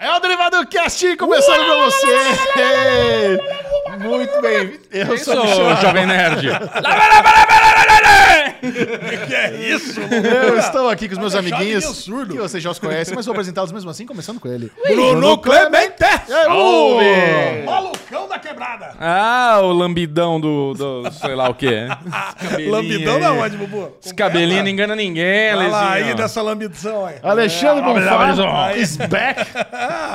É Cast começando pra você! Muito bem, eu Isso, sou o Michel. Jovem Nerd. Que é isso? Eu estou aqui com os meus Tá fechado, amiguinhos, ninguém é surdo. que vocês já os conhecem, mas vou apresentá-los mesmo assim, começando com ele. Bruno Clemente! uh! É, homem! Malucão da quebrada! Ah, o lambidão do, do sei lá o quê. Lambidão da onde, Bubu? Esse cabelinho não engana ninguém, Olha lá Lezinho. aí dessa lambição aí. É, Alexandre Bonfá Bonfá. um. is back.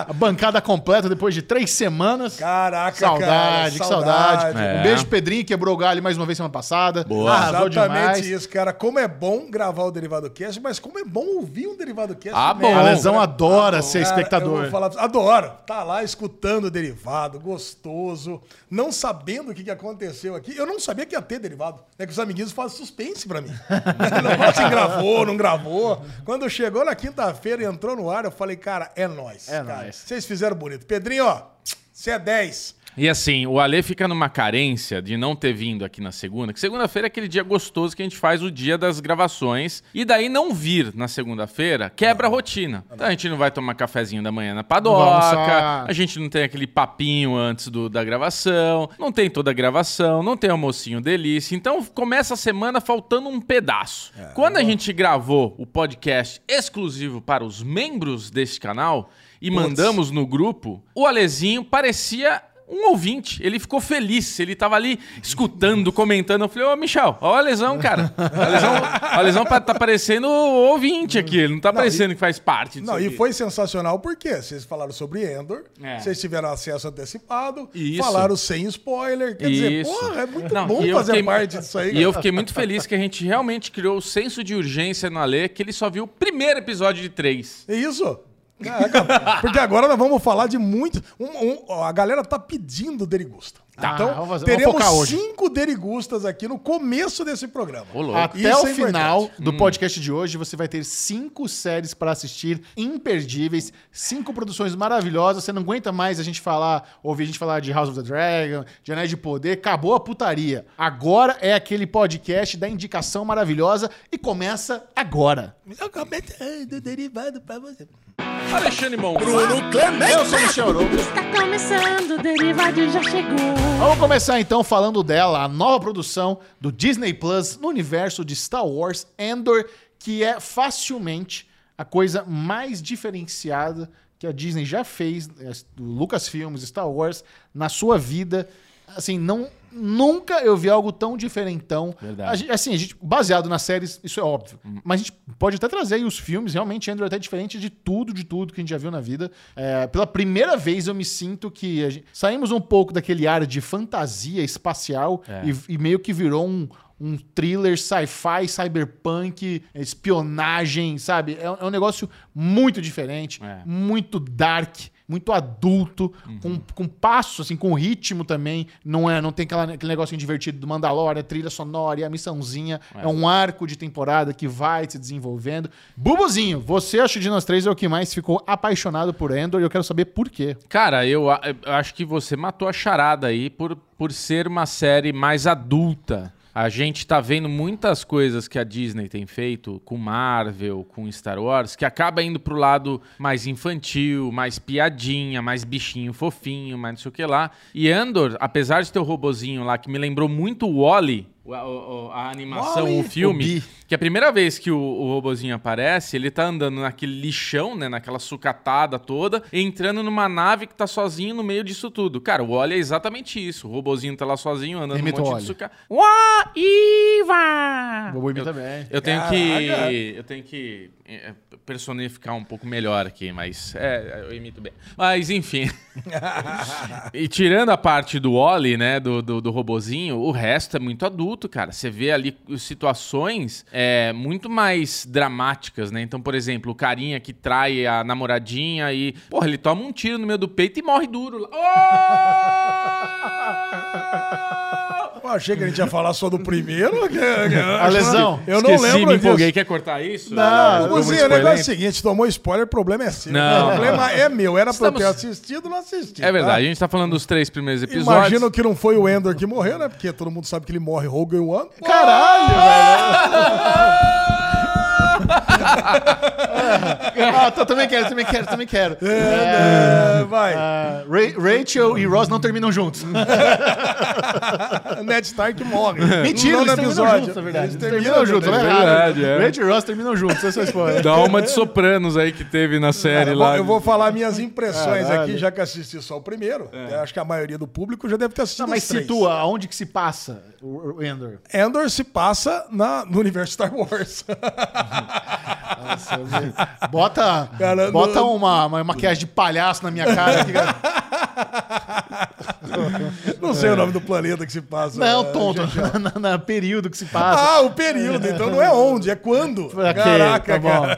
A bancada completa depois de três semanas. Caraca, Saudade, que cara. saudade. É. Um beijo, Pedrinho, quebrou o galho mais uma vez semana passada. Boa. Arrasou Exatamente demais. isso, cara. Como é bom gravar o Derivado Cast, mas como é bom ouvir um Derivado Cast. Ah, mesmo, bom. A né? lesão adora ser Cara, eu espectador. vou falar pra você, adoro. Tá lá escutando o derivado, gostoso, não sabendo o que, que aconteceu aqui. Eu não sabia que ia ter derivado. É que os amiguinhos fazem suspense pra mim. não fala se gravou, não gravou. Quando chegou na quinta-feira e entrou no ar, eu falei, cara, é nóis. É cara. nóis. Vocês fizeram bonito. Pedrinho, ó, você é 10. E assim, o Ale fica numa carência de não ter vindo aqui na segunda, que segunda-feira é aquele dia gostoso que a gente faz o dia das gravações, e daí não vir na segunda-feira quebra a rotina. Então a gente não vai tomar cafezinho da manhã na padoca, almoçar. a gente não tem aquele papinho antes do, da gravação, não tem toda a gravação, não tem almocinho delícia, então começa a semana faltando um pedaço. É. Quando a gente gravou o podcast exclusivo para os membros deste canal, e Putz. mandamos postamos no grupo, o Alezinho parecia um ouvinte. Ele ficou feliz. Ele tava ali escutando, comentando. Eu falei, ô, Michel, ó o Alezão, cara. O Alezão, o Alezão pa- tá parecendo ouvinte aqui. Ele não tá parecendo que faz parte disso Não, e aqui. foi sensacional porque vocês falaram sobre Endor, É. vocês tiveram acesso antecipado, Isso. falaram sem spoiler. Quer dizer, Isso. porra, é muito Não, e bom eu fazer fiquei- parte disso aí. E eu fiquei muito feliz que a gente realmente criou o senso de urgência no Ale, que ele só viu o primeiro episódio de três. É isso? Caraca, porque agora nós vamos falar de muito. um- um- ó, a galera tá pedindo derigusta. Tá, então, vamos fazer- vamos teremos focar hoje. cinco derigustas aqui no começo desse programa. Ô, louco. Até Isso o é importante. final do podcast de hoje, você vai ter cinco séries pra assistir imperdíveis, cinco produções maravilhosas. Você não aguenta mais a gente falar, ouvir a gente falar de House of the Dragon, de Anéis de Poder. Acabou a putaria. Agora é aquele podcast da indicação maravilhosa e começa agora. Eu comecei do derivado pra você. Alexandre Mon. Eu sou o Michel Arouca. Está Tá começando, o Derivado já chegou. Vamos começar então falando dela, a nova produção do Disney Plus no universo de Star Wars Endor, que é facilmente a coisa mais diferenciada que a Disney já fez, eh, do Lucasfilmes, Star Wars, na sua vida. Assim, não, nunca eu vi algo tão diferentão. Verdade. Uhum. A gente- assim, a gente, baseado nas séries, isso é óbvio. Mas a gente pode até trazer aí os filmes, realmente, Andrew, até diferente de tudo, de tudo que a gente já viu na vida. É, pela primeira vez eu me sinto que a gente- saímos um pouco daquele ar de fantasia espacial É. e, e meio que virou um. Um thriller sci-fi, cyberpunk, espionagem, sabe? É, um- é um negócio muito diferente, É. muito dark, muito adulto, com, com passo, assim, com ritmo também. Não é, não tem aquela, aquele negocinho divertido do Mandalorian, trilha sonora e a missãozinha. É. um arco de temporada que vai se desenvolvendo. Bubuzinho, você acho de nós três é o que mais ficou apaixonado por Endor e eu quero saber por quê. Cara, eu, a- eu acho que você matou a charada aí por, por ser uma série mais adulta. A gente tá vendo muitas coisas que a Disney tem feito com Marvel, com Star Wars, que acaba indo pro lado mais infantil, mais piadinha, mais bichinho fofinho, mais não sei o que lá. E Andor, apesar de ter o robozinho lá que me lembrou muito o Wally, a animação, Wall-E? o um filme, O Bi. que a primeira vez que o, o robozinho aparece, ele tá andando naquele lixão, né? Naquela sucatada toda, entrando numa nave que tá sozinho no meio disso tudo. Cara, o Wally é exatamente isso. O robozinho tá lá sozinho, andando Imita num o monte Wally. de sucata. Uá, Ah. Iva! Bubu imita bem. Eu tenho Caraca. que. Eu tenho que eh, personificar um pouco melhor aqui, mas. É, eu imito bem. Mas enfim. E tirando a parte do Oli, né, do, do, do robozinho, o resto é muito adulto, cara. Você vê ali situações é, muito mais dramáticas, né? Então, por exemplo, o carinha que trai a namoradinha e... Porra, ele toma um tiro no meio do peito e morre duro. lá. Oh! Eu achei que a gente ia falar só do primeiro. Alesão, Eu não Esqueci, lembro me empolguei. disso. Quer cortar isso? Não, Bubuzinho, o negócio é o seguinte: tomou spoiler, o problema é seu. Não. O problema é meu. Era pra eu ter Estamos- assistido, não assisti. É tá? verdade, a gente tá falando dos três primeiros episódios. Imagino que não foi o Endor que morreu, né? Porque todo mundo sabe que ele morre Rogue One. Caralho, velho! ah, tá, também quero, também quero, também quero. É, vai. Ah, Ra- Rachel e Ross não terminam juntos. Ned Stark morre. Mentira, No eles nono terminam juntos, na verdade. é Eles Eles terminam juntos, não é né? verdade, errado. é. Rachel e Ross terminam juntos, essa é a spoiler. Dá uma de Sopranos aí que teve na série né? Eu vou, lá. eu vou falar minhas né? impressões Caralho. É. aqui, já que assisti só o primeiro. Eu Acho que a maioria do público já deve ter assistido Não, mas os três. situa aonde que se passa o o Endor. Endor se passa na, no universo Star Wars. Bota, Cara, bota não- uma, uma maquiagem de palhaço na minha cara. que- Não sei o nome do planeta que se passa. É. Não, é, tonto. gente. Na, na- período que se passa. Ah, o período. Então não é onde, é quando. Ok, Caraca, tá bom. cara.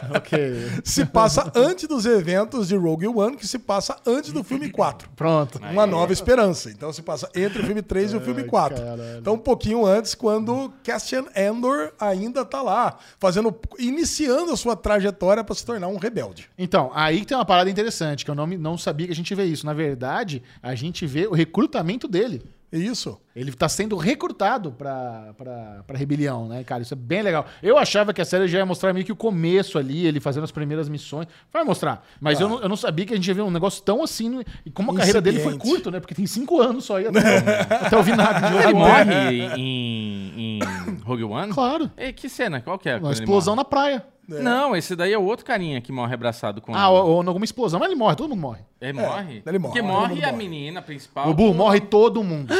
ok. Se passa antes dos eventos de Rogue One, que se passa antes do filme 4. Pronto. Uma Nova Esperança. Então se passa entre o filme 3 e o filme 4. caralho. Então um pouquinho antes, quando Cassian Andor ainda tá lá, fazendo, iniciando a sua trajetória para se tornar um rebelde. Então, aí que tem uma parada interessante, que eu não, me- não sabia que a gente vê isso. Na verdade, a gente vê o recrutamento dele. É isso? Ele tá sendo recrutado pra, pra, pra rebelião, né, cara? Isso é bem legal. Eu achava que a série já ia mostrar meio que o começo ali, ele fazendo as primeiras missões. Vai mostrar. Mas Ah. eu, não, eu não sabia que a gente ia ver um negócio tão assim. E como a carreira dele foi Incipiente. curta, né? Porque tem cinco anos só aí até, até o vinagre de Ele Rogue One. Ah, morre em, em Rogue One? Claro. E que cena? Qual que é? Uma quando ele explosão na praia. morre? Não, esse daí é o outro carinha que morre abraçado com Ah, ela. ou, ou alguma explosão, mas ele morre, todo mundo morre. Ele morre? é, ele morre, Porque todo morre, mundo a morre. menina principal. O Bu morre todo mundo.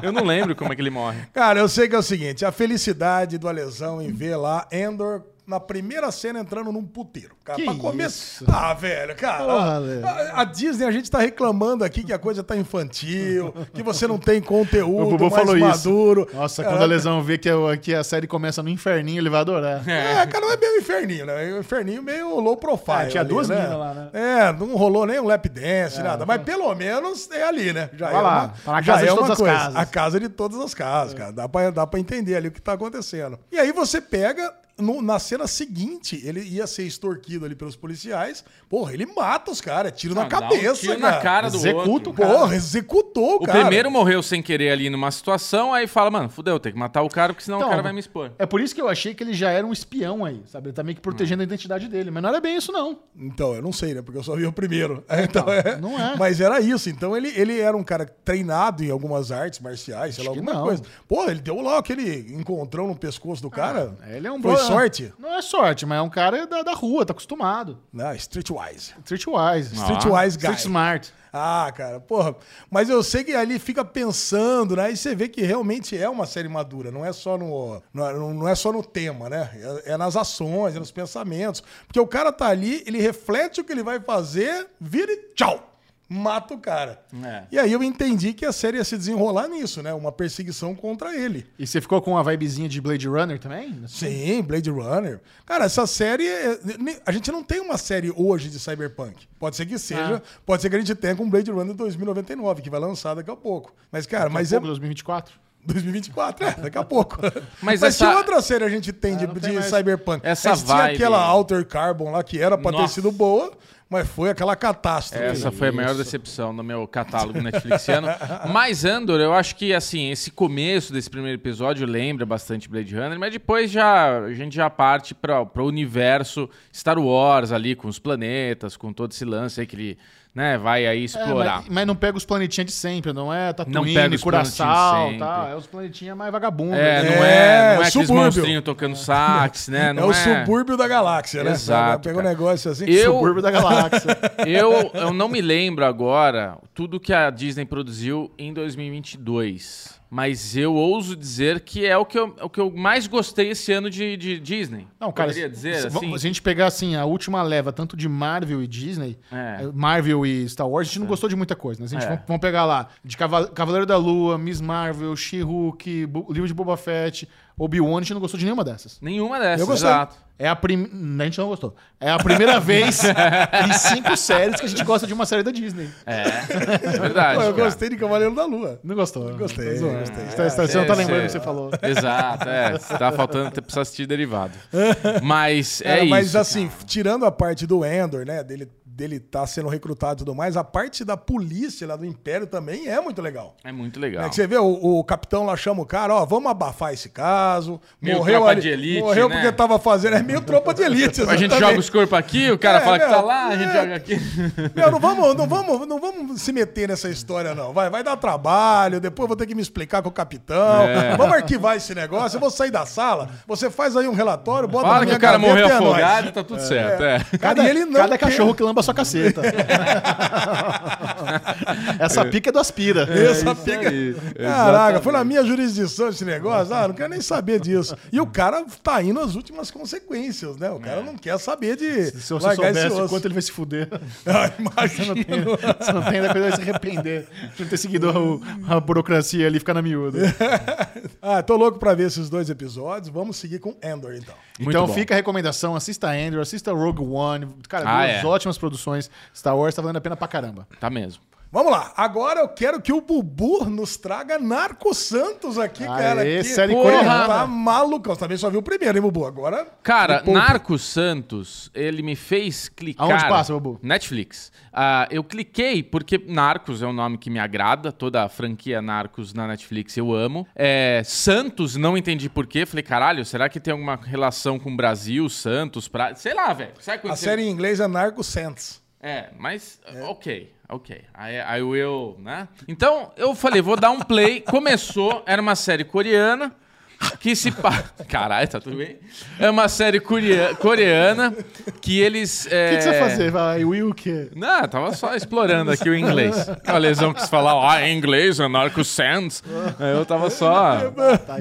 Eu não lembro como é que ele morre. Cara, eu sei que é o seguinte: a felicidade do Alesão em ver lá Endor na primeira cena entrando num puteiro. Cara, Que pra começo. Ah, velho, cara. Porra, velho. a, a Disney, a gente tá reclamando aqui que a coisa tá infantil, que você não tem conteúdo mais maduro. É, Nossa, Cara, quando Ah. a lesão vê que, eu- que a série começa no inferninho, ele vai adorar. É, cara, não é meio inferninho, né? É um inferninho meio low profile. É, tinha ali, duas minas lá, né? É, É, não rolou nem um lap dance, nada. Mas pelo menos é ali, né? Já é Vai lá, tá na casa de todas as casas. É. A casa de todas as casas, cara. Dá pra, dá pra entender ali o que tá acontecendo. E aí você pega. no- na cena seguinte, ele ia ser extorquido ali pelos policiais. Porra, ele mata os caras, é tiro na Ah, dá um cabeça, tiro cara. na cara do Executa outro. o cara. Porra, executou o, O cara. primeiro morreu sem querer ali numa situação, aí fala, mano, fudeu, tem que matar o cara, porque senão Então, o cara vai me expor. É por isso que eu achei que ele já era um espião aí, sabe? Ele tá meio que protegendo a identidade dele. Mas não era bem isso, não. Então, eu não sei, né? Porque eu só vi o primeiro. Então, é. não é. Mas era isso. Então, ele, ele era um cara treinado em algumas artes marciais, sei lá, que alguma não. coisa. Pô, ele deu lá aquele encontrão no pescoço do cara. Ele é um Foi boa- sorte? Não é sorte, mas é um cara da, da rua, tá acostumado. Não, Ah, streetwise. Streetwise. Street, Ah. Streetwise guy. street smart. Ah, cara, porra. Mas eu sei que ali fica pensando, né? E você vê que realmente é uma série madura. Não é só no, no- não é só no tema, né? É, é nas ações, é nos pensamentos. Porque o cara tá ali, ele reflete o que ele vai fazer, vira e tchau. Mata o cara. É. E aí eu entendi que a série ia se desenrolar nisso, né? Uma perseguição contra ele. E você ficou com a vibezinha de Blade Runner também? Sim, Blade Runner. Cara, essa série. é- ne- A gente não tem uma série hoje de Cyberpunk. Pode ser que seja. Pode ser que a gente tenha com Blade Runner 2099, que vai lançar daqui a pouco. Mas, cara, mas Fogo é. 2024? 2024, é, daqui a pouco. Mas Mas, essa- que outra série a gente tem de, não tem de mais. Cyberpunk? Essa a gente tinha vibe. aquela Alter Carbon lá que era pra ter Nossa. sido boa, mas foi aquela catástrofe. Essa foi a maior decepção no meu catálogo netflixiano. mas Andor, eu acho que assim, esse começo desse primeiro episódio lembra bastante Blade Runner, mas depois já a gente já parte para o universo Star Wars ali com os planetas, com todo esse lance aí que ele, né, vai aí É, explorar. mas, mas não pega os planetinhas de sempre, não é pega Tatooine, os planetinhas Curaçao de e tal. sempre. É os planetinhas mais vagabundos. né? É, não é, não é É, aqueles subúrbio. monstrinhos tocando sax, né? É Não o subúrbio da galáxia, né? Exato, Pega um cara. negócio assim. Eu- Subúrbio da galáxia. Eu, eu não me lembro agora tudo que a Disney produziu em 2022. Mas eu ouso dizer que é o que eu, o que eu mais gostei esse ano de, de Disney. Não, cara, Poderia dizer se, assim? se a gente pegar assim a última leva tanto de Marvel e Disney, É. eh, Marvel e Star Wars, a gente não gostou de muita coisa, né? Se a gente É. vamos, vamos pegar lá de Cava- Cavaleiro da Lua, Miss Marvel, She-Hulk, Bu- Livro de Boba Fett, Obi-Wan, a gente não gostou de nenhuma dessas. Nenhuma dessas, Eu gostei. exato. É a prim... A gente não gostou. É a primeira vez em cinco séries que a gente gosta de uma série da Disney. É verdade. Pô, cara. eu gostei de Cavaleiro da Lua. Não gostou. Gostei, Tá zoando. gostei. Você tá- você tá- você não tá É, lembrando o que cê- você falou. Exato, é. Você tá faltando, você precisa assistir derivado. Mas é Cara, isso. assim, mas assim, tirando a parte do Endor, né? Dele dele tá sendo recrutado e tudo mais, a parte da polícia lá do Império também é muito legal. É muito legal. É que você vê, o, o capitão lá chama o cara, ó, vamos abafar esse caso. Meio morreu tropa ali- de elite, Morreu né? porque tava fazendo. É meio tropa de elite. A gente exatamente. joga os corpos aqui, o cara É, fala que tá meu, lá, a gente é. joga aqui. Meu, não vamos, não, vamos, não vamos se meter nessa história, não. Vai, vai dar trabalho, depois eu vou ter que me explicar com o capitão. É. Vamos arquivar esse negócio, eu vou sair da sala, você faz aí um relatório, bota na Fala que minha o cara gaveta morreu e é nóis. afogado, tá tudo certo. É. Cara, e ele não cada quer- cachorro que lamba sua caceta. Essa pica é do aspira. Essa fica- É Caraca, foi na minha jurisdição esse negócio. Ah, não quero nem saber disso. E o cara tá indo às últimas consequências, né? O cara não quer saber de É. Se você largar esse soubesse osso. o quanto ele vai se fuder, Ah, imagina. você não tem ainda coisa vai se arrepender de não ter seguido a, a burocracia ali, ficar na miúda. Ah, tô louco pra ver esses dois episódios. Vamos seguir com Endor, então. Muito então bom. fica a recomendação, assista Andrew, assista Rogue One. Cara, Ah, duas é. ótimas produções. Star Wars tá valendo a pena pra caramba. Tá mesmo. Vamos lá. Agora eu quero que o Bubu nos traga Narco Santos aqui, Aê, cara. que- série Porra, coreana. Tá maluco. Você também só viu o primeiro, hein, Bubu? Agora... Cara, poupa. Narcos Santos, ele me fez clicar. Aonde passa, Babu? Netflix. Ah, eu cliquei porque Narcos é um nome que me agrada, toda a franquia Narcos na Netflix eu amo. É, Santos, não entendi porquê. Falei, caralho, será que tem alguma relação com o Brasil, Santos, pra... sei lá, velho. Sabe quando A você- série em inglês é Narco Santos. É, mas ok, ok. I, I will, né? Então eu falei, vou dar um play. Começou, era uma série coreana que se pa... Caralho, tá tudo bem? É uma série corea- coreana que eles. é, O que, que você vai fazer? Vai, Will, o quê? Não, eu tava só explorando aqui o inglês. A lesão quis falar, ah, em inglês, anarco sense. Eu tava só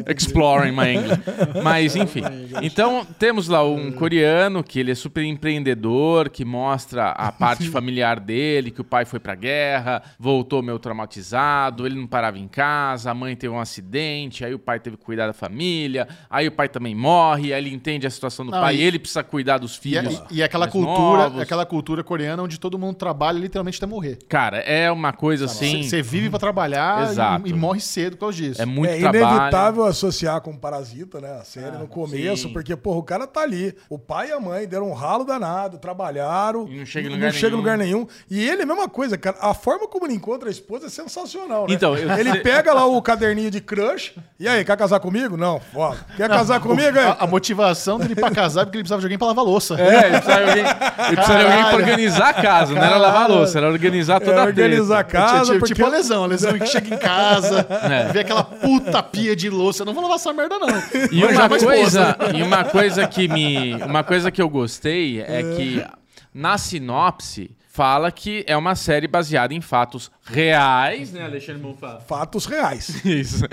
exploring my English. Mas, enfim. Então, temos lá um coreano que ele é super empreendedor, que mostra a parte familiar dele, que o pai foi pra guerra, voltou meio traumatizado, ele não parava em casa, a mãe teve um acidente, aí o pai teve que cuidar da família, aí o pai também morre, aí ele entende a situação do Não, pai, e- ele precisa cuidar dos E, é filhos. e aquela mais cultura, novos. aquela cultura coreana onde todo mundo trabalha literalmente até morrer. Cara, é uma Tá coisa assim. Você vive pra trabalhar e- Exato. E, morre cedo por causa disso. É muito é trabalho. Ah, inevitável associar com Parasita, né? A série no começo, sim. porque, porra, o cara tá ali. O pai e a mãe deram um ralo danado, trabalharam. E não chega em lugar chega nenhum. lugar nenhum. E ele, a mesma coisa, cara. A forma como ele encontra a esposa é sensacional, né? Então, eu- Ele pega lá o caderninho de crush. E aí, quer casar comigo? Não. Ó, quer Tá casar comigo? aí? A, a motivação dele pra casar é porque ele precisava de alguém pra lavar louça. É, ele precisa de alguém, ele precisa de alguém pra Caralho. organizar a casa, não era lavar a louça, era organizar toda É, a organizar a treta. casa, tipo, porque... é um tipo a lesão, a lesão que chega em casa, É. vê aquela puta pia de louça. Eu não vou lavar essa merda, não. E Mas uma já vai esposa. coisa, e uma coisa que me, uma coisa que eu gostei é que na sinopse fala que é uma série baseada em fatos reais, né, Alexandre Bonfá? Fatos reais. Isso.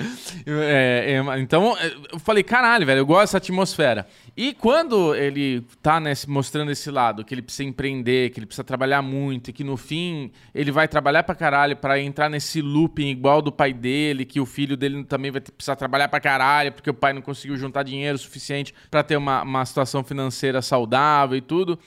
É, é, então, é, eu falei, caralho, velho, eu gosto dessa atmosfera. E quando ele tá nesse- mostrando esse lado, que ele precisa empreender, que ele precisa trabalhar muito, e que no fim ele vai trabalhar pra caralho pra entrar nesse looping igual do pai dele, que o filho dele também vai ter- precisar trabalhar pra caralho, porque o pai não conseguiu juntar dinheiro suficiente pra ter uma, uma situação financeira saudável e tudo.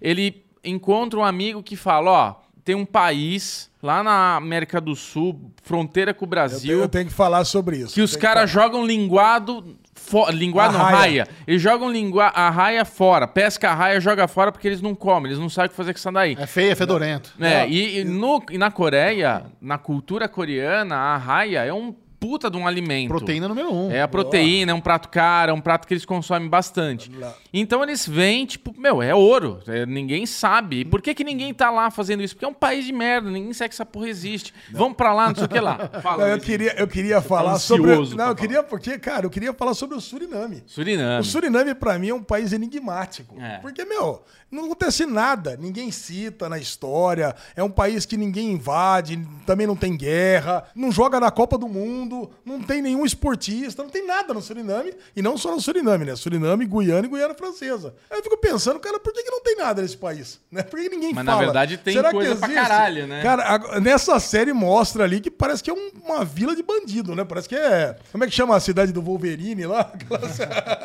Ele encontra um amigo que fala, ó, tem um país lá na América do Sul, fronteira com o Brasil, Eu tenho que falar sobre isso. que os Tem caras jogam linguado. fo- Linguado não, Arraia. raia. Eles jogam lingua, a raia fora. Pesca a raia, joga fora porque eles não comem, eles não sabem o que fazer com isso daí. É feio, é fedorento. É, e, e no, e na Coreia, na cultura coreana, a raia é um puta de um alimento. Proteína número um. É a proteína, é um prato caro, é um prato que eles consomem bastante. Então eles vêm, tipo, meu, é ouro. é, ninguém sabe. E por que, que ninguém tá lá fazendo isso? Porque é um país de merda, ninguém sabe que essa porra existe. Vamos pra lá, não sei o que lá. Fala. Não, eu Luiz. queria, eu queria falar tá ansioso sobre. pra Não, falar. eu queria, porque, cara, eu queria falar sobre o Suriname. O Suriname. Suriname, pra mim, é um país enigmático. É. Porque, meu, não acontece nada. Ninguém cita na história. É um país que ninguém invade, também não tem guerra, não joga na Copa do Mundo, não tem nenhum esportista, não tem nada no Suriname. E não só no Suriname, né? Suriname, Guiana e Guiana Francesa. Aí eu fico pensando, cara, por que, que não tem nada nesse país? Né? Por que, que ninguém Mas, na fala? verdade, tem Será que coisa pra existe? caralho, né? Cara, ag- nessa série mostra ali que parece que é um- uma vila de bandido, né? Parece que é. Como é que chama a cidade do Wolverine lá? Aquelas-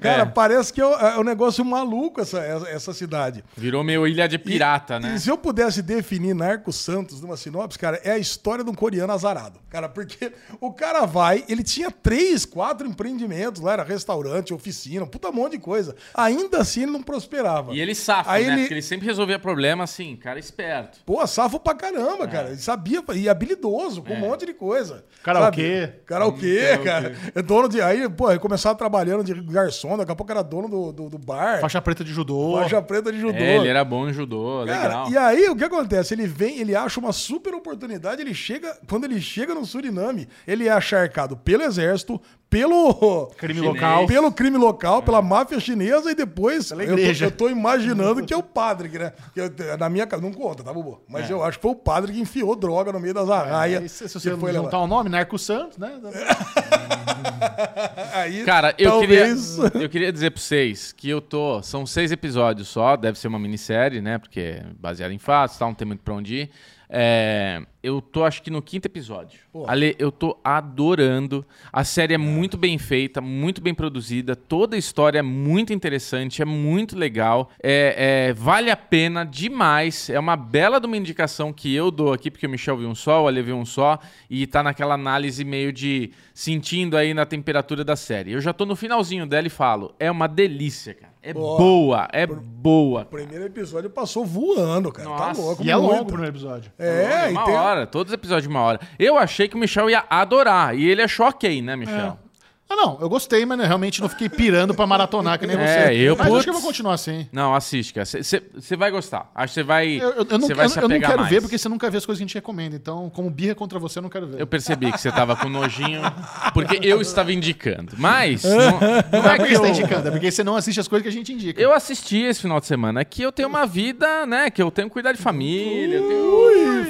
Cara, É. parece que é, um- é um negócio maluco essa, essa, essa cidade. Virou meio ilha de pirata, né? E se eu pudesse definir Narco Santos numa sinopse, cara, é a história de um coreano azarado. Cara, porque Porque o cara vai, ele tinha três, quatro empreendimentos lá, era restaurante, oficina, um puta monte de coisa. Ainda assim ele não prosperava. E ele safa, Aí né? ele- Porque ele sempre resolvia problema assim, cara esperto. Pô, safo pra caramba, cara. Ele sabia e habilidoso, com um monte de coisa. Karaokê. Sabe? Karaokê, cara. É dono de. Aí, pô, ele começava trabalhando de garçom, daqui a pouco era dono do, do, do bar. Faixa, Faixa preta de judô. preta de judô. É, ele era bom em judô, Cara, legal. e aí o que acontece? Ele vem, ele acha uma super oportunidade, ele chega, quando ele chega no Suriname, ele é acharcado pelo exército, pelo Crime Chinês. local. É. pelo crime local, pela máfia chinesa e depois eu tô, igreja. eu tô imaginando que é o padre, que, né? que eu- na minha casa não conta, tá, Bubu? Mas eu acho que foi o padre que enfiou droga no meio das arraias. É. Aí, se, se e você tá foi É. juntar levar. o nome, Narco Santos, né? um- Aí, Cara, eu talvez- queria, eu queria dizer pra vocês que eu tô. São seis episódios só, deve ser uma minissérie, né? Porque é baseado em fatos, tá? Não tem muito pra onde ir. É, eu tô, acho que no quinto episódio. Ale, eu tô adorando. A série é muito bem feita, muito bem produzida. Toda a história é muito interessante, é muito legal. É, é, vale a pena demais. É uma bela de uma indicação que eu dou aqui, porque o Michel viu um só, o Ale viu um só, e tá naquela análise meio de sentindo aí na temperatura da série. Eu já tô no finalzinho dela e falo: é uma delícia, cara. É Ó, boa, é boa. O primeiro episódio passou voando, cara. Nossa. Tá louco, E é longo o muito. primeiro episódio. É, e uma tem- hora, todos os episódios de uma hora. Eu achei que o Michel ia adorar, e ele achou ok, né, Michel? Ah, não, eu gostei, mas eu realmente não fiquei pirando pra maratonar que nem você. É, eu, mas acho que eu putz. vou continuar assim. Não, assiste, cara. Você vai gostar. Acho que você vai. Eu, eu- eu não, cê vai eu- se eu não apegar quero mais. ver, porque você nunca vê as coisas que a gente recomenda. Então, como birra contra você, eu não quero ver. Eu percebi que você tava com nojinho, porque eu estava indicando. Mas, não, não Não é porque é que você tá eu... indicando, é porque você não assiste as coisas que a gente indica. Eu assisti esse final de semana. É que eu tenho uma vida, né? Que eu tenho que cuidar de família. Eu tenho...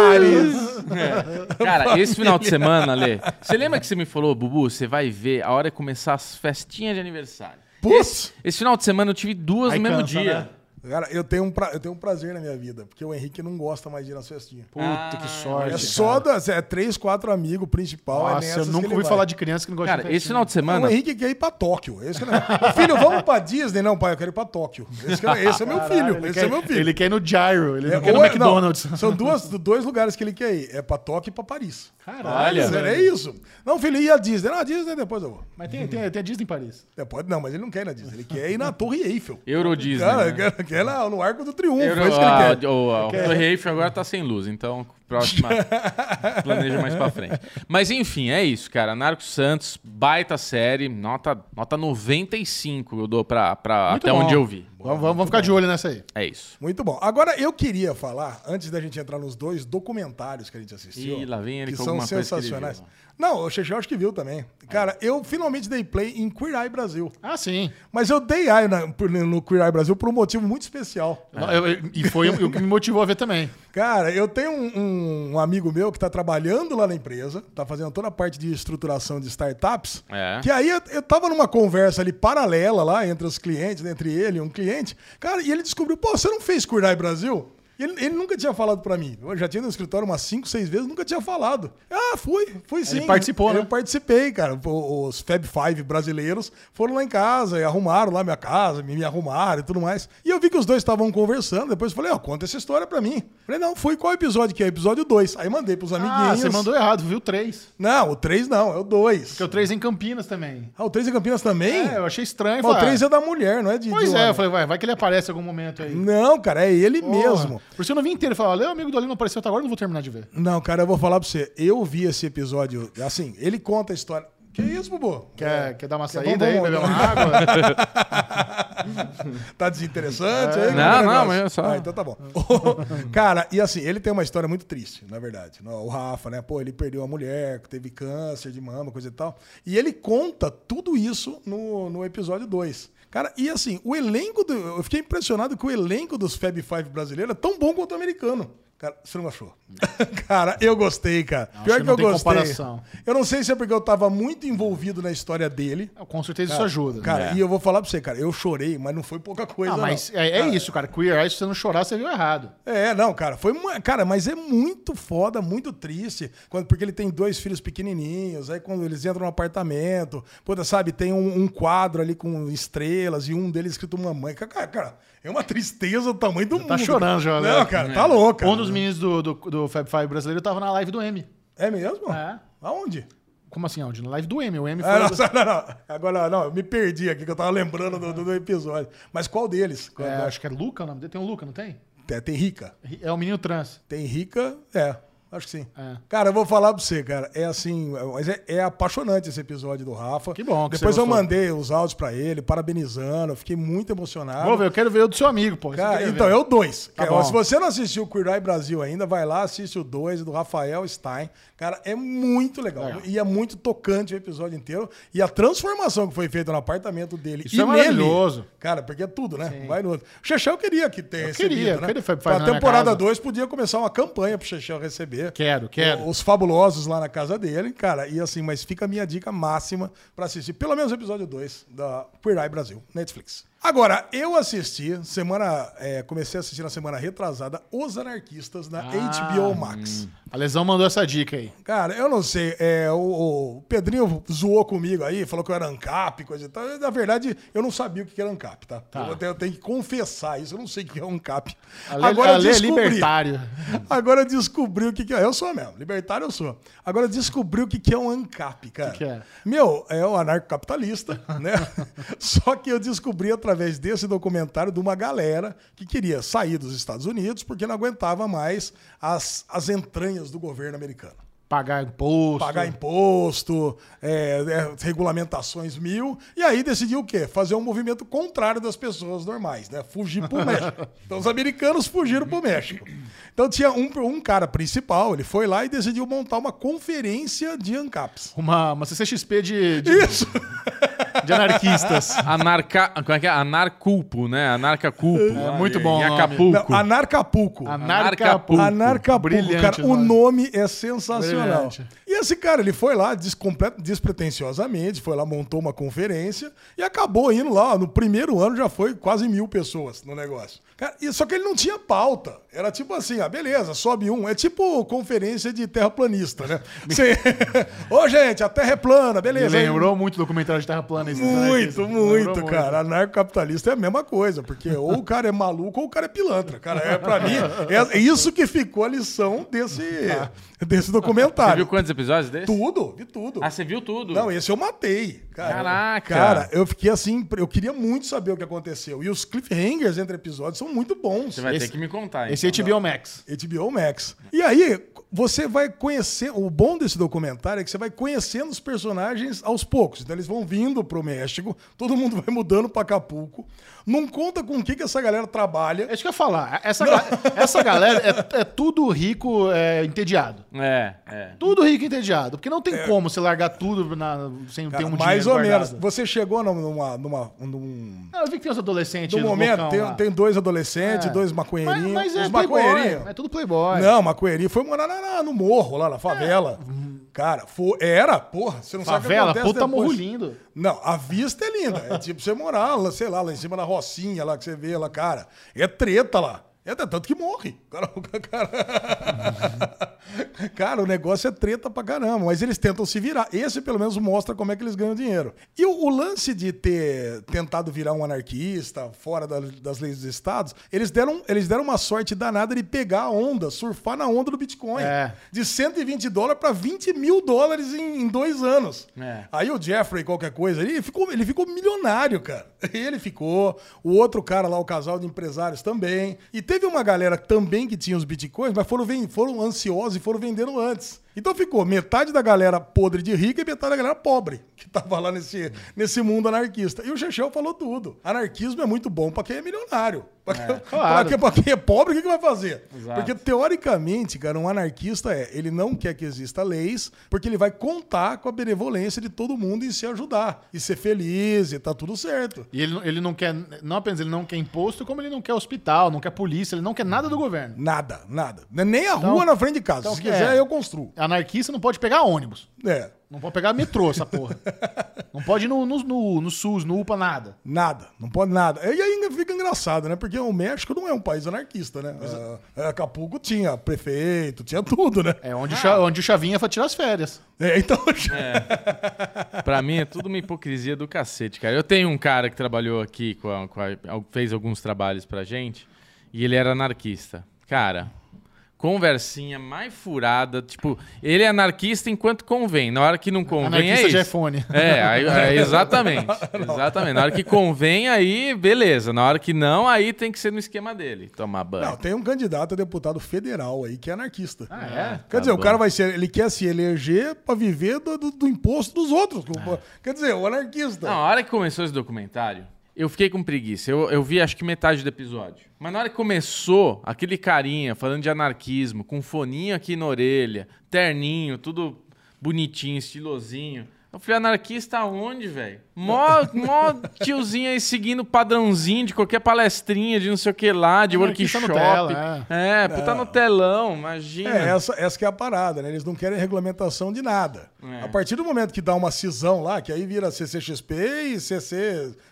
Familiares. É. Cara, esse final de semana, Lê, você lembra que você me falou, Bubu, você vai ver a hora que começar as festinhas de aniversário. Putz! Esse final de semana eu tive duas Aí no mesmo cansa, dia. né? Cara, eu tenho, um pra- eu tenho um prazer na minha vida, porque o Henrique não gosta mais de ir nas festinhas. Puta, Ah, que sorte. É cara. só das, é três, quatro amigos principal. é Nossa, nessas eu que nunca ele ouvi vai. falar de criança que não gosta de né? Cara, esse festinha. final de semana. O Henrique quer ir pra Tóquio. Esse que não é. filho, vamos pra Disney? Não, pai, eu quero ir pra Tóquio. Esse, que é- esse é meu Caralho, filho. ele Esse quer- é meu filho. Ele quer ir no Gyro, ele não quer ir no ou é- não, McDonald's. são duas, dois lugares que ele quer ir. É pra Tóquio e pra Paris. Caralho. Sério, é isso. Não, filho, e a Disney? Não, a Disney depois eu vou. Mas tem, tem, tem a Disney em Paris. É, pode, não, mas ele não quer ir na Disney. Ele quer ir na Torre Eiffel. Euro Disney. Cara, né? quer, quer na- no Arco do Triunfo. Euro, é isso que Ah, ele a, quer. Ah, o, a, Torre Eiffel agora tá sem luz, então próxima planeja mais pra frente. Mas enfim, é isso, cara. Narcos Santos, baita série, nota, nota 95 eu dou pra, pra Muito até bom. onde eu vi. Vamos, vamos- vamos ficar de olho nessa aí. É isso. Muito bom. Agora eu queria falar, antes da gente entrar nos dois documentários que a gente assistiu. Ih, lá vem ele que com são alguma coisa que ele sensacionais. viu. É. Não, o Xexé acho que viu também. Cara, eu finalmente dei play em Queer Eye Brasil. Ah, sim. Mas eu dei eye na- no Queer Eye Brasil por um motivo muito especial. Eu- eu- e foi o que me motivou a ver também. Cara, eu tenho um, um amigo meu que tá trabalhando lá na empresa, tá fazendo toda a parte de estruturação de startups. É. Que aí eu, eu tava numa conversa ali paralela lá entre os clientes, entre ele e um cliente. Cara, e ele descobriu, pô, você não fez Curdai Brasil? E Ele, ele nunca tinha falado pra mim. Eu já tinha ido no escritório umas 5, 6 vezes, nunca tinha falado. Ah, fui, fui sim. participou, né? Eu participei, cara. O- Os Fab Five brasileiros foram lá em casa e arrumaram lá minha casa, me, me arrumaram e tudo mais. E eu vi que os dois estavam conversando. Depois eu falei, ó, conta essa história pra mim. Falei, não, fui qual episódio que é? Episódio 2. Aí mandei pros amiguinhos. Ah, você mandou errado, viu? Três. Não, o 3 não, é o 2. Porque o três é em Campinas também. Ah, o 3 em Campinas também? É, eu achei estranho. Mas o falei, 3 ah, é da mulher, não é de de Pois homem. é, eu falei, vai, vai que ele aparece em algum momento aí. Não, cara, é ele Porra. mesmo. Por isso eu não vi inteiro. Eu falei, olha, o amigo do Ali não apareceu até agora, eu não vou terminar de ver. Não, cara, eu vou falar pra você. Eu vi esse episódio, assim, ele conta a história. Que isso, Bubu? É, Quer, quer dar uma bom, saída aí, um bom, beber bom. uma água? Tá desinteressante? aí, Não, como é não, o negócio? mas é só- Ah, então tá bom. Cara, e assim, ele tem uma história muito triste, na verdade. O Rafa, né? Pô, ele perdeu a mulher, teve câncer de mama, coisa e tal. E ele conta tudo isso no, no episódio 2. Cara, e assim, o elenco do. Eu fiquei impressionado que o elenco dos Fab Five brasileiros é tão bom quanto o americano. Cara, você não achou? cara, eu gostei, cara. acho Pior que que, não eu tem gostei. comparação. Eu não sei se é porque eu tava muito envolvido na história dele. Com certeza isso ajuda. Cara, É. e eu vou falar pra você, cara, eu chorei, mas não foi pouca coisa. Ah, mas não. é, é isso, cara. Queer Eye, se você não chorar, você viu errado. É, não, cara, foi uma, cara, mas é muito foda, muito triste, quando, porque ele tem dois filhos pequenininhos, aí quando eles entram no apartamento, puta, sabe, tem um, um quadro ali com estrelas e um deles escrito mamãe, Ca- cara, cara, é uma tristeza do tamanho do mundo. tá chorando já, né? Não, cara, tá louco. Um dos meninos do, do, do Fab Five brasileiro tava na live do M. É mesmo? É. Aonde? Como assim, Aldi? Na live do M. O M foi. Ah, não, não, não. Agora, não, eu me perdi aqui, que eu tava lembrando do, do- do episódio. Mas qual deles? Qual- É, acho acho que é Luca o nome dele. Tem um Luca, não tem? que- é, tem rica. É o menino trans. Tem rica, é. Acho que sim. É. Cara, eu vou falar pra você, cara. É assim, é- mas é, é apaixonante esse episódio do Rafa. Que bom que Depois você eu gostou. mandei os áudios pra ele, parabenizando. Eu fiquei muito emocionado. Vou ver, eu quero ver o do seu amigo, pô. Isso eu Ah, Cara, queria então, ver. Tá é o 2. bom. se você não assistiu o Queer Eye Brasil ainda, vai lá, assiste o 2 do Rafael Stein. Cara, é muito legal. Legal. E é muito tocante o episódio inteiro. E a transformação que foi feita no apartamento dele Isso e é maravilhoso. Cara, porque é tudo, né? Vai no outro. O Chechel queria que tenha recebido, queria, né? queria, foi- foi na a minha temporada casa. 2 podia começar uma campanha pro Chechel receber. Quero, quero. Os fabulosos lá na casa dele, cara. E assim, mas fica a minha dica máxima pra assistir pelo menos o episódio 2 da Queer Eye Brasil, Netflix. Agora, eu assisti, semana. é, comecei a assistir na semana retrasada, Os Anarquistas na Ah. HBO Max. A Lesão mandou essa dica aí. Cara, eu não sei. é, o, o Pedrinho zoou comigo aí, falou que eu era ANCAP, coisa e tal. Na verdade, eu não sabia o que era ANCAP, tá? Eu, vou ter- eu tenho que confessar isso, eu não sei o que é ANCAP. A Lê, a Lê é libertário. Agora descobriu o que, que é. Eu sou mesmo, libertário eu sou. Agora descobriu o que, que é um ANCAP, cara. Que que é? Meu, é o anarcocapitalista, né? Só que eu descobri através desse documentário de uma galera que queria sair dos Estados Unidos porque não aguentava mais as, as entranhas do governo americano. Pagar imposto. Pagar imposto, é, é, regulamentações mil. E aí decidiu o quê? Fazer um movimento contrário das pessoas normais, né? Fugir pro México. Então os americanos fugiram pro México. Então tinha um, um cara principal, ele foi lá e decidiu montar uma conferência de ANCAPs. Uma, uma CCXP de, de, Isso! de anarquistas. Anarca... Como é que é? Anarculpo, né? Anarcaculpo. É, muito bom Em o nome. Acapulco. Não, Anarcapulco. Anarcapulco. Anarcapulco, Brilhante cara, o o nome. nome é sensacional. Brilhante. E esse cara, ele foi lá descomple- despretensiosamente, foi lá, montou uma conferência e acabou indo lá. ó, No primeiro ano já foi quase mil pessoas no negócio. Cara, e- só que ele não tinha pauta. Era tipo assim, ah, beleza, sobe um. É tipo conferência de terraplanista, né? Você- Ô, gente, a terra é plana, Me beleza. Aí- lembrou muito o documentário de Terra Plana. esses muito, anarquistas. Lembrou muito, cara. Anarcocapitalista é a mesma coisa, porque ou o cara é maluco ou o cara é pilantra. Cara, é pra mim, é, é isso que ficou a lição desse, desse Tá. Você viu documentário. quantos episódios desse? Tudo, vi tudo. Ah, você viu tudo? Não, esse eu matei. Cara. Caraca. Cara, eu fiquei assim, eu queria muito saber o que aconteceu. E os cliffhangers entre episódios são muito bons. Você vai esse- ter que me contar. então, né? Esse é HBO Max. HBO Max. E aí, você vai conhecer. O bom desse documentário é que você vai conhecendo os personagens aos poucos. Então, eles vão vindo pro México, todo mundo vai mudando pra Acapulco. Não conta com o que, que essa galera trabalha. É isso que eu ia falar. Essa, ga- essa galera é, é tudo rico é, entediado. então. É, é. Tudo rico entediado. Porque não tem como você largar tudo na- sem ter um dinheiro É. mais ou menos. guardado. Você chegou numa. numa num, Ah, Eu vi que tem os adolescentes. num do momento, Bocão lá. tem, tem dois adolescentes, É. dois maconheirinhos. Mas, mas é os playboy. maconheirinhos. É tudo playboy. Não, maconheirinho foi morar na- na- no morro, É. lá na favela. Cara, foi, era, porra, você não Uhum. Favela, sabe o que acontece puta depois. morro lindo. Não, a vista é linda. É tipo você morar, lá, sei lá, lá em cima da rocinha, lá que você vê lá, cara. É treta lá. É t- tanto que morre. Cara, o cara... Cara, o negócio é treta pra caramba, mas eles tentam se virar. Esse pelo menos mostra como é que eles ganham dinheiro. E o, o lance de ter tentado virar um anarquista, fora da- das leis dos estados, eles deram, eles deram uma sorte danada de pegar a onda, surfar na onda do Bitcoin. É. De 120 dólares pra 20 mil dólares em, em dois anos. É. Aí o Jeffrey, qualquer coisa, ele ficou, ele ficou milionário, cara. Ele ficou. O outro cara lá, o casal de empresários também. E teve uma galera também que tinha os bitcoins, mas foram, ven- foram ansiosos e foram vendendo antes. Então ficou metade da galera podre de rica e metade da galera pobre, que tava lá nesse, nesse mundo anarquista. E o Chechel falou tudo. Anarquismo é muito bom pra quem é milionário. Pra, quem- pra claro. quem, pra quem é pobre, o que, que vai fazer? Exato. Porque teoricamente, cara, um anarquista é, ele não quer que exista leis, porque ele vai contar com a benevolência de todo mundo em se ajudar, e ser feliz, e tá tudo certo. E ele, ele não quer, não apenas ele não quer imposto, como ele não quer hospital, não quer polícia, ele não quer nada do governo. Nada, nada. é Nem a Então- rua na frente de casa. então se que é. quiser, eu construo. Anarquista não pode pegar ônibus, É, não pode pegar metrô, essa porra. Não pode ir no, no, no- no SUS, no UPA, nada. nada, não pode nada. E aí fica engraçado, né? Porque o México não é um país anarquista, né? Ah, Acapulco tinha prefeito, tinha tudo, né? É onde, o, Cha- onde o Chavinha vai tirar as férias. É, então. Pra mim é tudo uma hipocrisia do cacete, cara. Eu tenho um cara que trabalhou aqui, com a- com a- fez alguns trabalhos pra gente, e ele era anarquista. Cara, conversinha mais furada. Tipo, ele é anarquista enquanto convém. Na hora que não convém, é Anarquista isso. Jeffone. É, aí- aí- exatamente. Exatamente. Na hora que convém, aí beleza. Na hora que não, aí tem que ser no esquema dele. Tomar banho. Não, tem um candidato a deputado federal aí que é anarquista. é? Quer Tá dizer, o bom. cara vai ser. Ele quer se eleger pra viver do, do- do imposto dos outros. Quer dizer, o anarquista. Na hora que começou esse documentário, eu fiquei com preguiça. Eu, eu vi acho que metade do episódio. Mas na hora que começou, aquele carinha falando de anarquismo, com um foninho aqui na orelha, terninho, tudo bonitinho, estilosinho. Eu falei, anarquista aonde, velho? Mó, mó tiozinho aí seguindo o padrãozinho de qualquer palestrinha, de não sei o que lá, de Anarquista workshop. Nutella, é. puta no telão, imagina. É, essa, essa que é a parada, né? Eles não querem regulamentação de nada. É. A partir do momento que dá uma cisão lá, que aí vira CCXP e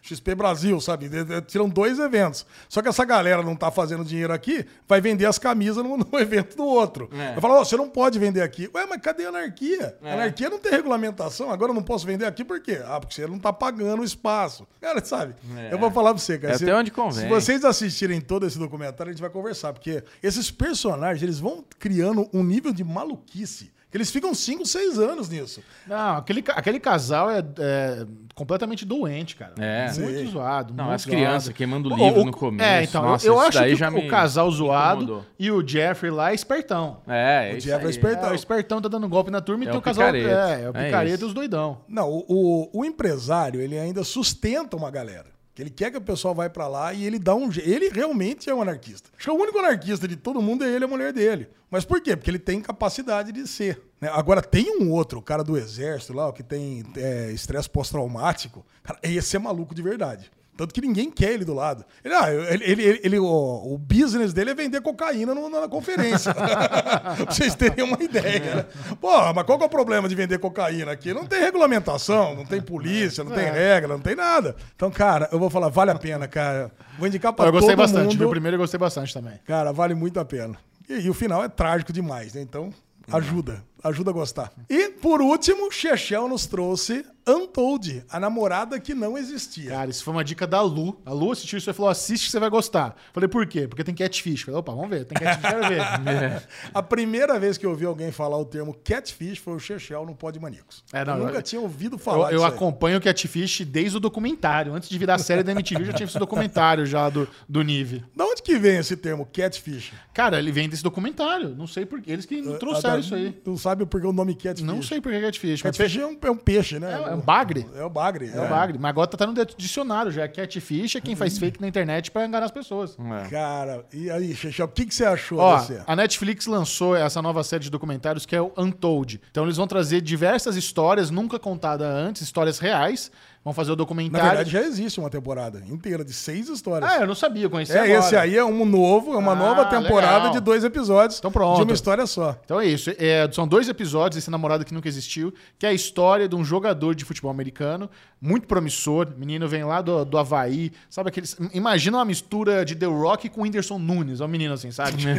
CCXP Brasil, sabe? De- de- Tiram dois eventos. Só que essa galera não tá fazendo dinheiro aqui, vai vender as camisas no, no evento do outro. É. Eu falo, ó, você não pode vender aqui. Ué, mas cadê a anarquia? A Anarquia não tem regulamentação, agora eu não posso vender aqui por quê? Ah, porque você não tá pagando o espaço. Cara, sabe? É. Eu vou falar pra você, cara. É se- até onde convém. Se você vocês assistirem todo esse documentário, a gente vai conversar, porque esses personagens, eles vão criando um nível de maluquice. que Eles ficam 5, 6 anos nisso. Não, aquele, ca- aquele casal é, é completamente doente, cara. É. Muito Sim. zoado. Não, muito as crianças zoado. queimando O- livro o- no começo. É, então, Nossa, eu isso acho daí que já o me- casal me zoado incomodou. e o Jeffrey lá é espertão. É, é O isso Diabo é aí. É, espertão. o espertão tá dando golpe na turma e É tem o o casal. picareta. É, é o É picareta isso. e os doidão. Não, o, o- o empresário, ele ainda sustenta uma galera. Que ele quer que o pessoal vá pra lá e ele dá um. je- Ele realmente é um anarquista. Acho que o único anarquista de todo mundo é ele, e a mulher dele. Mas por quê? Porque ele tem capacidade de ser. né? Agora, tem um outro, o cara do exército lá, o que tem é, estresse pós-traumático. Cara, esse é maluco de verdade. Tanto que ninguém quer ele do lado. Ele, ah, ele, ele- ele- ele- o, o business dele é vender cocaína no- na conferência. pra vocês terem uma ideia. Né? Porra, mas qual que é o problema de vender cocaína aqui? Não tem regulamentação, não tem polícia, não tem regra, não tem nada. Então, cara, eu vou falar, vale a pena, cara. Vou indicar pra Eu gostei todo bastante, mundo. viu? O primeiro eu gostei bastante também. Cara, vale muito a pena. E, e o final é trágico demais, né? Então, ajuda. Ajuda a gostar. E, por último, Chechel nos trouxe Untold, a namorada que não existia. Cara, isso foi uma dica da Lu. A Lu assistiu isso e falou: assiste que você vai gostar. Falei, por quê? Porque tem catfish. Falei, opa, vamos ver. Tem catfish, quero ver. A primeira vez que eu ouvi alguém falar o termo catfish foi o Chechel no Pod Maníacos. É, não, eu nunca eu- tinha ouvido falar Eu, eu disso aí. acompanho o catfish desde o documentário. Antes de virar a série da MTV, já tinha esse documentário já do, do Nive. Da onde que vem esse termo catfish? Cara, ele vem desse documentário. Não sei por quê. Eles que não trouxeram Ah, tá. isso aí. Não sabe por que o nome catfish. Não sei por que é catfish. mas Catfish é um, é um peixe, né? É, é um bagre. É Hum. o bagre. É o bagre. Mas agora tá no dicionário já. Catfish é quem faz fake na internet pra enganar as pessoas. Hum. É. Cara, e aí, Chechel, o que, que você achou Ó, desse? a Netflix lançou essa nova série de documentários que é o Untold. Então eles vão trazer diversas histórias nunca contadas antes, histórias reais. Vão fazer o Na documentário. verdade, já existe uma temporada inteira de seis histórias. Ah, eu não sabia, eu conheci é, agora. esse aí é um novo, é uma Ah, nova temporada legal. de dois episódios Então pronto. de uma história só. Então é isso. É, são dois episódios desse namorado que nunca existiu, que é a história de um jogador de futebol americano, muito promissor. Menino vem lá do, do Havaí, sabe aqueles. Imagina uma mistura de The Rock com Whindersson Nunes. É um menino assim, sabe? Tipo, um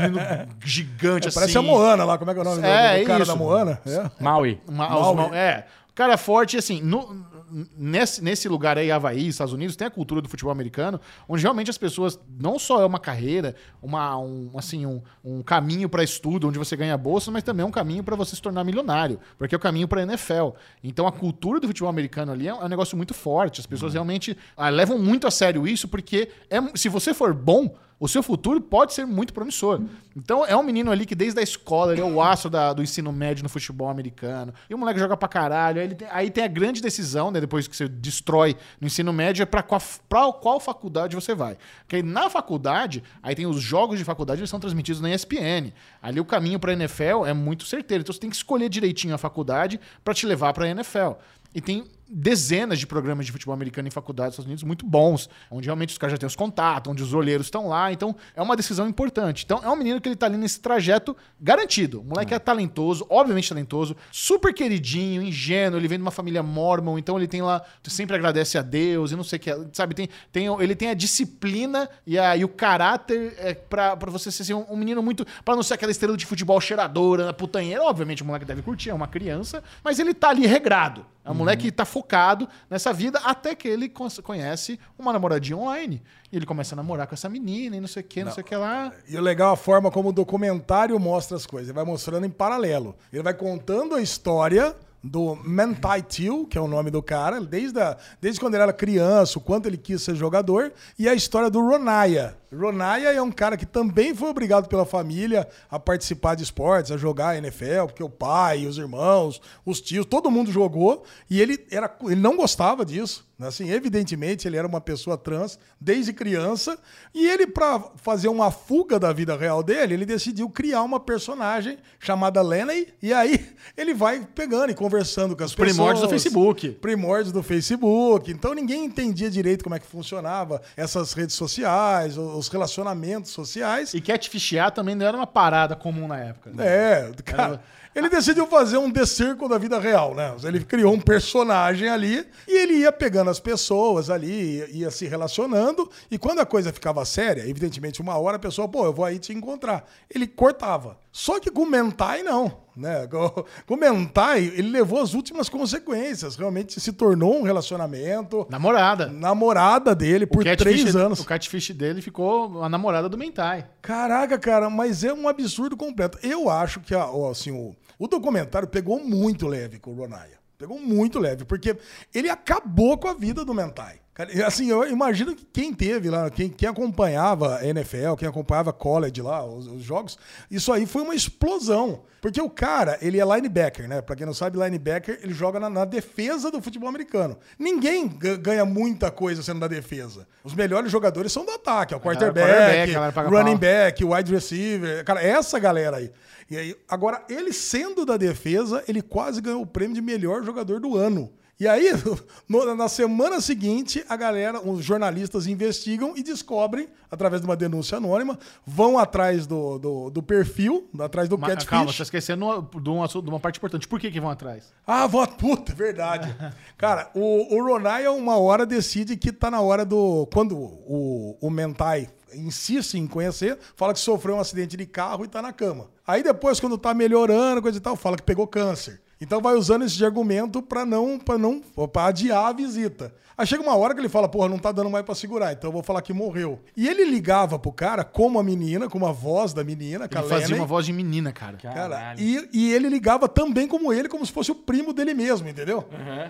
menino gigante assim. Parece a Moana lá, como é que é o nome do- É, do, cara isso. da Moana? É. Maui. Uma- Maui. os Mau- é. O cara é forte, e assim, no- nesse, nesse lugar aí, Havaí, Estados Unidos, tem a cultura do futebol americano, onde realmente as pessoas não só é uma carreira, uma, um, assim, um, um caminho para estudo, onde você ganha bolsa, mas também é um caminho para você se tornar milionário, porque é o caminho para NFL. Então a cultura do futebol americano ali é um é um negócio muito forte, as pessoas realmente ah, levam muito a sério isso, porque é, se você for bom, o seu futuro pode ser muito promissor. Então, é um menino ali que desde a escola, ele é o aço da- do ensino médio no futebol americano. E o moleque joga pra caralho. Aí, ele tem, aí tem a grande decisão, né? Depois que você destrói no ensino médio, é pra qual, pra qual faculdade você vai. Porque aí na faculdade, aí tem os jogos de faculdade, eles são transmitidos na ESPN. Ali o caminho pra NFL é muito certeiro. Então, você tem que escolher direitinho a faculdade pra te levar pra NFL. E tem dezenas de programas de futebol americano em faculdades dos Estados Unidos muito bons, onde realmente os caras já têm os contatos, onde os olheiros estão lá. Então, é uma decisão importante. Então, é um menino que ele tá ali nesse trajeto garantido. O moleque é talentoso, obviamente talentoso, super queridinho, ingênuo, ele vem de uma família mormon, então ele tem lá, sempre agradece a Deus e não sei o que, é, sabe? Tem, tem, ele tem a disciplina e, a, e o caráter é, pra, pra você ser assim, um, um menino muito. Pra não ser aquela estrela de futebol cheiradora, putanheira. Obviamente o moleque deve curtir, é uma criança, mas ele tá ali regrado. É um moleque que tá focado nessa vida até que ele cons- conhece uma namoradinha online. E ele começa a namorar com essa menina e não sei o que, não, sei o que lá. E o legal é a forma como o documentário mostra as coisas. Ele vai mostrando em paralelo. Ele vai contando a história do Mantai Teal, que é o nome do cara, desde, a- desde quando ele era criança, o quanto ele quis ser jogador, e a história do Ronaya. Ronaya é um cara que também foi obrigado pela família a participar de esportes, a jogar NFL, porque o pai, os irmãos, os tios, todo mundo jogou, e ele, era, ele não gostava disso. Assim, evidentemente, ele era uma pessoa trans desde criança. E ele, para fazer uma fuga da vida real dele, ele decidiu criar uma personagem chamada Lenny. E aí ele vai pegando e conversando com as pessoas. primórdios do Facebook. Primórdios do Facebook. Então ninguém entendia direito como é que funcionava essas redes sociais, os relacionamentos sociais. E catfishar também não era uma parada comum na época. né? É, cara. Ele decidiu fazer um The Circle da vida real, né? Ele criou um personagem ali e ele ia pegando as pessoas ali, ia- ia se relacionando. E quando a coisa ficava séria, evidentemente, uma hora a pessoa, pô, eu vou aí te encontrar. Ele cortava. Só que com o Mentai, não. Né? Com- Com o Mentai, ele levou as últimas consequências. Realmente se tornou um relacionamento. Namorada. Namorada dele por catfish- três anos. O catfish dele ficou a namorada do Mentai. Caraca, cara, mas é um absurdo completo. Eu acho que a- ó, assim, o, o documentário pegou muito leve com o Ronaya. Pegou muito leve, porque ele acabou com a vida do Mentai. Cara, e, Assim, eu imagino que quem teve lá, quem, quem acompanhava a NFL, quem acompanhava college lá, os, os jogos, isso aí foi uma explosão. Porque o cara, ele é linebacker, né? Pra quem não sabe, linebacker, ele joga na, na defesa do futebol americano. Ninguém ga- ganha muita coisa sendo da defesa. Os melhores jogadores são do ataque, é o quarterback, quarterback, galera paga running pau. back back, wide receiver, cara, essa galera aí. E aí, agora, ele sendo da defesa, ele quase ganhou o prêmio de melhor jogador do ano. E aí, no- na semana seguinte, a galera, os jornalistas investigam e descobrem, através de uma denúncia anônima, vão atrás do, do, do perfil, atrás do Ma- catfish. Calma, você tá esquecendo de um assunto- de uma parte importante. Por que que vão atrás? Ah, voto puta, é verdade. Cara, o, o Ronaya uma hora decide que tá na hora do. Quando o, o Mentai insiste em conhecer, fala que sofreu um acidente de carro e tá na cama. Aí depois, quando tá melhorando, coisa e tal, fala que pegou câncer. Então vai usando esse de argumento pra não, pra não, pra adiar a visita. Aí chega uma hora que ele fala, porra, não tá dando mais pra segurar, então eu vou falar que morreu. E ele ligava pro cara como a menina, com uma voz da menina, Ele fazia Lenny. uma voz de menina, cara. Cara, e, e ele ligava também como ele, como se fosse o primo dele mesmo, entendeu?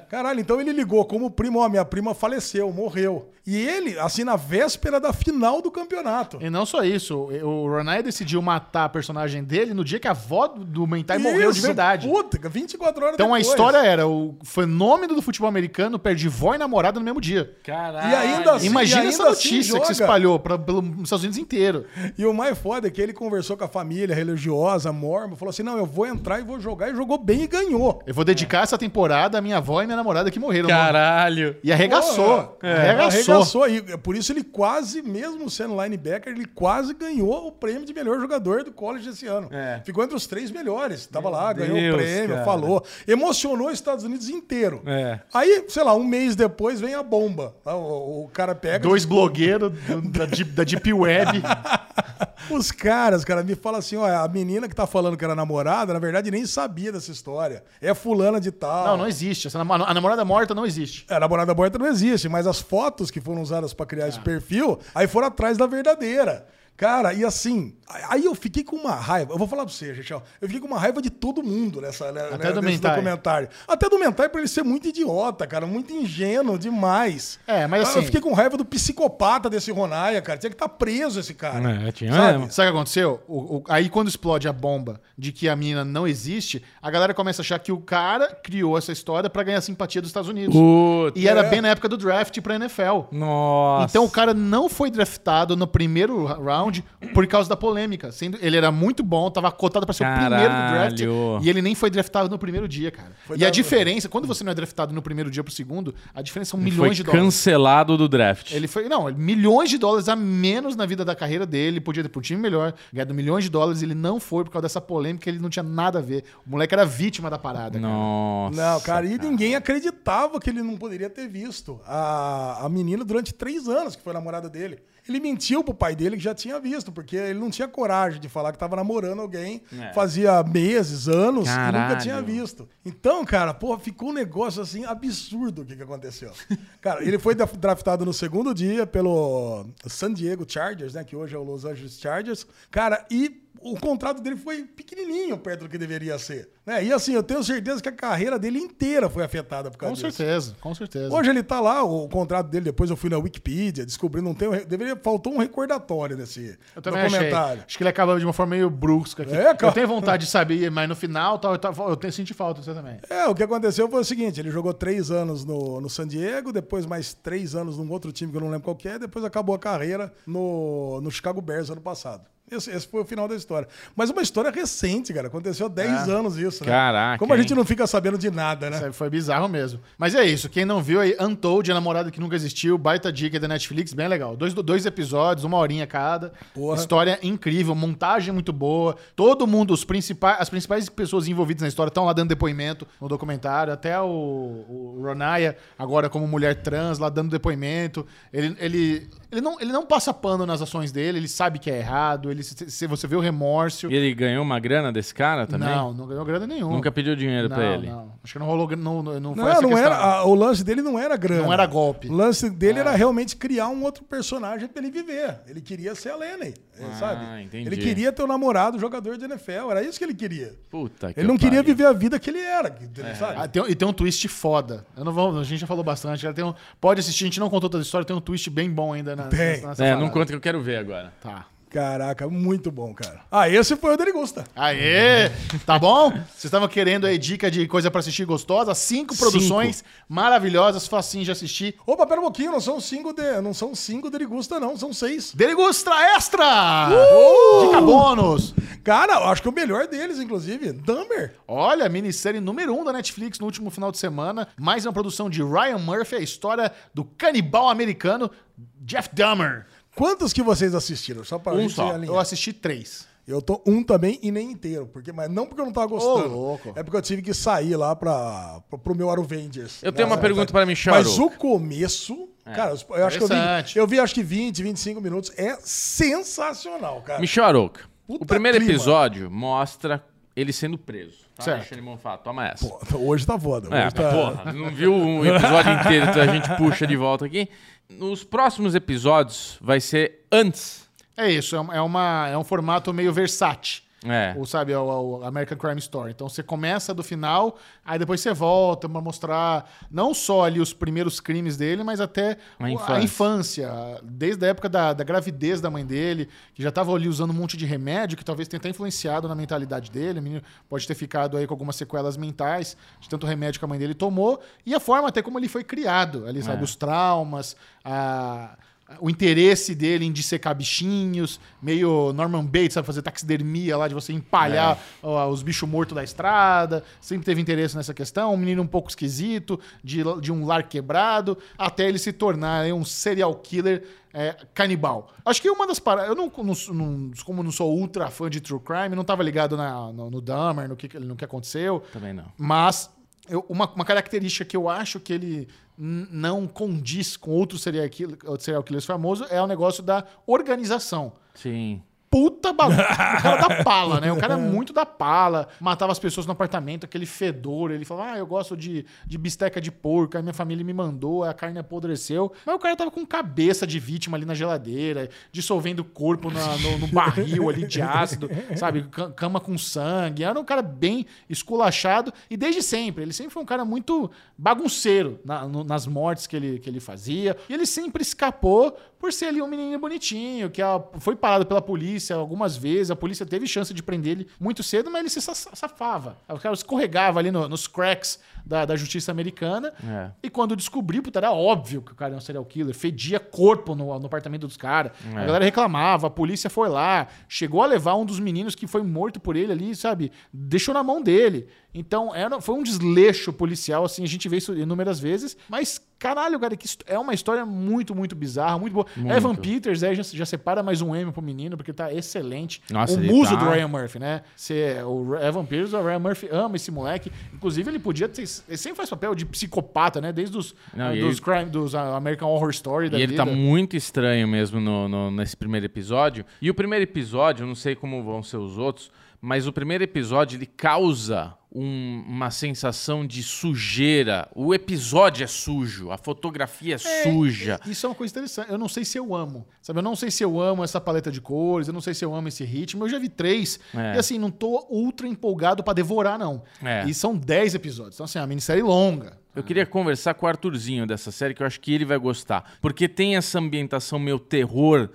Caralho, então ele ligou como primo, ó, minha prima faleceu, morreu. E ele, assim, na véspera da final do campeonato. E não só isso, o Ronai decidiu matar a personagem dele no dia que a avó do Mentai morreu de Isso, verdade. Puta, 24 horas Então a depois. história era o fenômeno do futebol americano perde vó e namorada no mesmo dia. Caralho. E ainda assim- Imagina e essa ainda assim notícia que se joga. espalhou pra, pelo Estados Unidos inteiro. E o mais foda é que ele conversou com a família religiosa, mormon, falou assim: não, eu vou entrar e vou jogar, e jogou bem e ganhou. Eu vou dedicar essa temporada à minha avó e minha namorada que morreram. Caralho. E arregaçou. É, Porra, é, arregaçou. arregaçou. E é por isso ele quase, mesmo sendo linebacker, ele quase ganhou o prêmio de melhor jogador do college esse ano. É. Ficou entre os três melhores. Tava lá, ganhou Deus, o prêmio, cara. falou. Emocionou os Estados Unidos inteiro. É. Aí, sei lá, um mês depois vem a bomba. O, o cara pega. Dois blogueiros do- da, Deep- da Deep Web. Os caras, cara, me falam assim: ó, a menina que tá falando que era namorada, na verdade, nem sabia dessa história. É fulana de tal. Não, não existe. Essa namo- a namorada morta não existe. É, A namorada morta não existe, mas as fotos que foram usadas pra criar Tá. esse perfil, aí foram atrás da verdadeira. Cara, e assim, aí eu fiquei com uma raiva. Eu vou falar pra você, gente, ó. Eu fiquei com uma raiva de todo mundo nessa, né, Até do nesse Mentai. documentário. Até do Mentai, pra ele ser muito idiota, cara, muito ingênuo demais. Ah, É, mas assim- Eu fiquei com raiva do psicopata desse Ronaya, cara. Tinha que estar preso esse cara. É, tinha Sabe? mesmo. Sabe o que aconteceu? O- o- aí quando explode a bomba de que a menina não existe, a galera começa a achar que o cara criou essa história pra ganhar simpatia dos Estados Unidos. Puta. E É. era bem na época do draft pra NFL. Nossa. Então o cara não foi draftado no primeiro round por causa da polêmica. Sendo, ele era muito bom, tava cotado pra ser o primeiro do Caralho. draft. E ele nem foi draftado no primeiro dia, cara. Foi e da- a diferença, quando você não é draftado no primeiro dia pro segundo, a diferença são milhões foi de dólares. cancelado do draft. Ele foi, não, milhões de dólares a menos na vida da carreira dele, podia ter pro time melhor, ganhado milhões de dólares, ele não foi por causa dessa polêmica, ele não tinha nada a ver. O moleque era vítima da parada. né? cara. Nossa. Não, cara, e ninguém acreditava que ele não poderia ter visto a, a menina durante três anos, que foi a namorada dele. Ele Ele mentiu pro pai dele que já tinha visto, porque ele não tinha coragem de falar que tava namorando alguém É. fazia meses, anos, e nunca Caralho. tinha visto. Então, cara, pô, ficou um negócio assim absurdo o que, que aconteceu. cara, ele foi daf- draftado no segundo dia pelo San Diego Chargers, né? Que hoje é o Los Angeles Chargers. Cara, e. O contrato dele foi pequenininho perto do que deveria ser. Né? E assim, eu tenho certeza que a carreira dele inteira foi afetada por causa Com disso. certeza, com certeza. Hoje ele tá lá, o contrato dele, depois eu fui na Wikipedia, descobri, não tem. um re- Deveria, faltou um recordatório nesse eu também achei. documentário. Acho que ele acaba de uma forma meio brusca. Aqui. É, cara. Eu tenho vontade de saber, mas no final tal, eu, tava- eu tenho- senti falta, você também. É, o que aconteceu foi o seguinte: ele jogou três anos no, no San Diego, depois mais três anos num outro time que eu não lembro qual que é, depois acabou a carreira no, no Chicago Bears ano passado. Esse, esse foi o final da história. Mas uma história recente, cara. Aconteceu há 10 É. anos isso, né? Caraca, Como a gente hein? não fica sabendo de nada, né? Isso aí Foi bizarro mesmo. Mas é isso. Quem não viu aí, Untold, A Namorada Que Nunca Existiu, baita dica da Netflix, bem legal. Dois, dois episódios, uma horinha cada. Porra. História incrível, montagem muito boa. Todo mundo, os principais, as principais pessoas envolvidas na história estão lá dando depoimento no documentário. Até o, o Ronaya, agora como mulher trans, lá dando depoimento. Ele, ele, ele, não, ele não passa pano nas ações dele, ele sabe que é errado, ele, se, se você vê o remorso. E ele ganhou uma grana desse cara também? Não, não ganhou grana nenhuma. Nunca pediu dinheiro não, pra ele. Não. Acho que não rolou. Não, não, não foi Não, essa não questão. era, a- o lance dele não era grana. Não era golpe. É. O lance dele era realmente criar um outro personagem pra ele viver. Ele queria ser a Lenny, eh, Ah, sabe? entendi. Ele queria ter o namorado jogador de NFL, era isso que ele queria. Puta que Ele não queria pariu. viver a vida que ele era, que- sabe? Ah, tem- e tem um twist foda. Eu não vou, a gente já falou bastante. cara. Tem um- pode assistir, a gente não contou toda a história, tem um twist bem bom ainda na, Tem. nessa- nessa É, parada. não conta que eu quero ver agora. Tá. Caraca, muito bom, cara. Ah, esse foi o Derigusta. Aê! Tá bom? Vocês estavam querendo aí dica de coisa pra assistir gostosa? Cinco produções maravilhosas, facinho de assistir. Opa, pera um pouquinho, não são cinco, de, não são cinco Derigusta, não, são seis. Uh! Degusta Extra! Dica bônus! Cara, eu acho que o melhor deles, inclusive, Dumber. Olha, minissérie número 1 um da Netflix no último final de semana, mais uma produção de Ryan Murphy, a história do canibal americano Jeff Dahmer. Quantos que vocês assistiram? Só pra Um gente só. alinhar. Eu assisti três. Eu tô um também e nem inteiro, porque mas não porque eu não tava gostando. Ô, louco. É porque eu tive que sair lá para pro meu Aruvengers. Eu tenho uma pergunta pra É, Michel Mas Arouca. o começo, cara, eu acho que eu vi, Interessante. eu vi acho que 20, 25 minutos, é sensacional, cara. Michel Arouca, Puta o primeiro clima. episódio mostra ele sendo preso. Tá? Certo. Deixa ele montar, toma essa. Pô, Hoje tá foda. É, hoje tá... porra, não viu um episódio inteiro, então a gente puxa de volta aqui. Nos próximos episódios vai ser antes. É isso, é, uma- é uma, é um formato meio versátil. É. Ou sabe, é o, é o American Crime Story. Então você começa do final, aí depois você volta pra mostrar não só ali os primeiros crimes dele, mas até A o- infância. infância, Desde a época da, da gravidez da mãe dele, que já tava ali usando um monte de remédio, que talvez tenha até influenciado na mentalidade dele. O menino pode ter ficado aí com algumas sequelas mentais de tanto remédio que a mãe dele tomou. E a forma até como ele foi criado ali, É. sabe? Os traumas, a- O interesse dele em dissecar bichinhos, meio Norman Bates, sabe? Fazer taxidermia lá, de você empalhar ó, os bichos mortos da estrada. Sempre teve interesse nessa questão. Um menino um pouco esquisito, de, de um lar quebrado, até ele se tornar aí, um serial killer é, canibal. Acho que uma das paradas. Eu não, não sou- não- como não sou ultra fã de true crime, não tava ligado na- no, no Dahmer, no que, no que aconteceu. Também não. Mas eu- uma, uma característica que eu acho que ele n- não condiz com outros serial, kill, outros serial killers famosos é o negócio da organização. Sim. Puta bagunça. O cara da pala, né? O cara é muito da pala. Matava as pessoas no apartamento, aquele fedor. Ele falava, ah, eu gosto de, de bisteca de porco. Aí minha família me mandou, a carne apodreceu. Mas o cara tava com cabeça de vítima ali na geladeira, dissolvendo o corpo na- no, no barril ali de ácido, sabe? Ca- Cama com sangue. Era um cara bem esculachado. E desde sempre, ele sempre foi um cara muito bagunceiro na- no- nas mortes que ele, que ele fazia. E ele sempre escapou por ser ali um menino bonitinho, que a- foi parado pela polícia algumas vezes, a polícia teve chance de prender ele muito cedo, mas ele se sa- safava. O cara escorregava ali no- nos cracks da, da justiça americana. É. E quando descobriu, puta, era óbvio que o cara era um serial killer, fedia corpo no, no apartamento dos caras. É. A galera reclamava, a polícia foi lá, chegou a levar um dos meninos que foi morto por ele ali, sabe? Deixou na mão dele. Então, era, foi um desleixo policial, assim, a gente vê isso inúmeras vezes, mas Caralho, cara, que hist- é uma história muito, muito bizarra, muito boa. Muito. Evan Peters aí já, já separa mais um M pro menino, porque tá excelente. Nossa, o ele muso tá- do Ryan Murphy, né? Cê, o Evan Peters, o Ryan Murphy ama esse moleque. Inclusive, ele podia ter. Ele sempre faz papel de psicopata, né? Desde os, Não, e dos, ele- crime, dos ah, American Horror Story da E ele vida. tá muito estranho mesmo no, no- nesse primeiro episódio. E o primeiro episódio, eu não sei como vão ser os outros, mas o primeiro episódio ele causa um- uma sensação de sujeira. O episódio é sujo, a fotografia é suja. Isso é uma coisa interessante. Eu não sei se eu amo. Sabe? Eu não sei se eu amo essa paleta de cores, eu não sei se eu amo esse ritmo. Eu já vi três. É. E assim, não tô ultra empolgado pra devorar, não. É. E são dez episódios. Então, assim, é uma minissérie longa. Eu queria conversar com o Arthurzinho dessa série, que eu acho que ele vai gostar. Porque tem essa ambientação meio terror,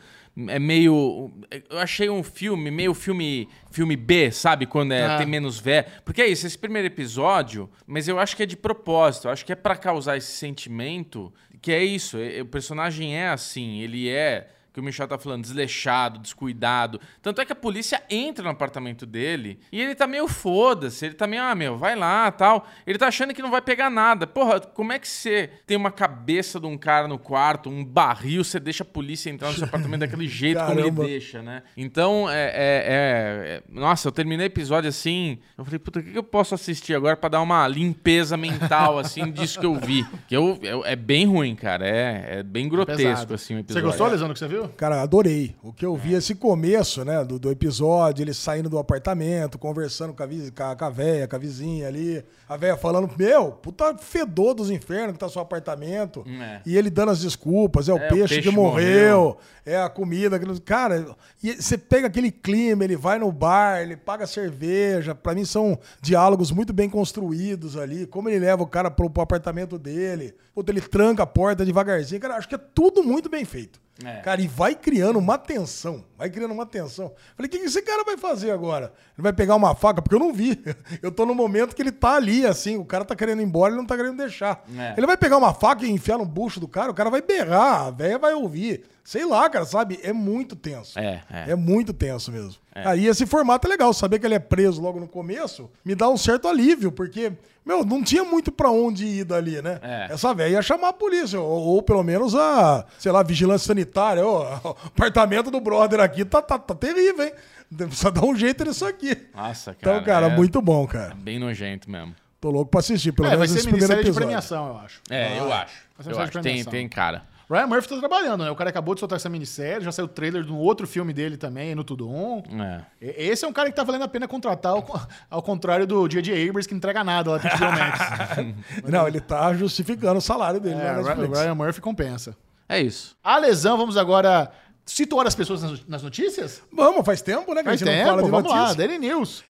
é meio. Eu achei um filme, meio filme filme B, sabe? Quando é, Ah. tem menos vé. Porque é isso, esse primeiro episódio, mas eu acho que é de propósito, eu acho que é pra causar esse sentimento. Que é isso, é- é- o personagem é assim, ele é. Que o Michel tá falando, desleixado, descuidado. Tanto é que a polícia entra no apartamento dele e ele tá meio foda-se. Ele tá meio, ah, meu, vai lá tal. Ele tá achando que não vai pegar nada. Porra, como é que você tem uma cabeça de um cara no quarto, um barril, você deixa a polícia entrar no seu apartamento daquele jeito como Caramba. ele deixa, né? Então, é, é- é- é- Nossa, eu terminei o episódio assim. Eu falei, puta, o que que eu posso assistir agora pra dar uma limpeza mental, assim, disso que eu vi? Que eu, eu- é bem ruim, cara. É, é bem grotesco, Pesado. assim, o Você episódio. gostou, Lisandro, que você viu? Cara, adorei. O que eu vi é esse começo, né, do, do episódio, ele saindo do apartamento, conversando com a, vi- com a, com a véia, com a vizinha ali. A véia falando, meu, puta fedor dos infernos que tá seu apartamento. É. E ele dando as desculpas, é o, É, o peixe, peixe que morreu, morreu. é a comida. aquilo- Cara, e você pega aquele clima, ele vai no bar, ele paga cerveja. Pra mim são diálogos muito bem construídos ali. Como ele leva o cara pro, pro apartamento dele. Puta, ele tranca a porta devagarzinho. Cara, acho que é tudo muito bem feito. É. Cara, e vai criando uma tensão. Vai criando uma tensão. Falei, o que que esse cara vai fazer agora? Ele vai pegar uma faca? Porque eu não vi. Eu tô no momento que ele tá ali, assim. O cara tá querendo ir embora, ele não tá querendo deixar. É. Ele vai pegar uma faca e enfiar no bucho do cara, o cara vai berrar, a velha vai ouvir. Sei lá, cara, sabe? É muito tenso. É, é. muito tenso mesmo. Aí esse formato é legal, saber que ele é preso logo no começo me dá um certo alívio, porque, meu, não tinha muito pra onde ir dali, né? É. Essa velha ia chamar a polícia, ou, ou pelo menos a, sei lá, vigilância sanitária. Ó, o apartamento do brother aqui tá, tá, tá terrível, hein? Precisa dar um jeito nisso aqui. Nossa, cara. Então, cara, é muito bom, cara. Bem nojento mesmo. Tô louco pra assistir, pelo É, vai menos ser esse primeiro minissérie de episódio. premiação, eu acho. É, eu acho. Mas Eu Ah, você acho que tem, premiação. tem cara. Ryan Murphy tá trabalhando, né? O cara acabou de soltar essa minissérie, já saiu o trailer de um outro filme dele também, no Tudo Um. É. E- Esse é um cara que tá valendo a pena contratar, ao, co- ao contrário do J.J. Abrams, que não entrega nada lá no HBO Max. Não, ele tá justificando o salário dele. né, É, na o Netflix. Ryan Murphy compensa. É isso. A lesão, vamos agora situar as pessoas nas nas notícias? Vamos, faz tempo, né? Que Faz a gente tempo, não fala de vamos lá, notícia. Daily News.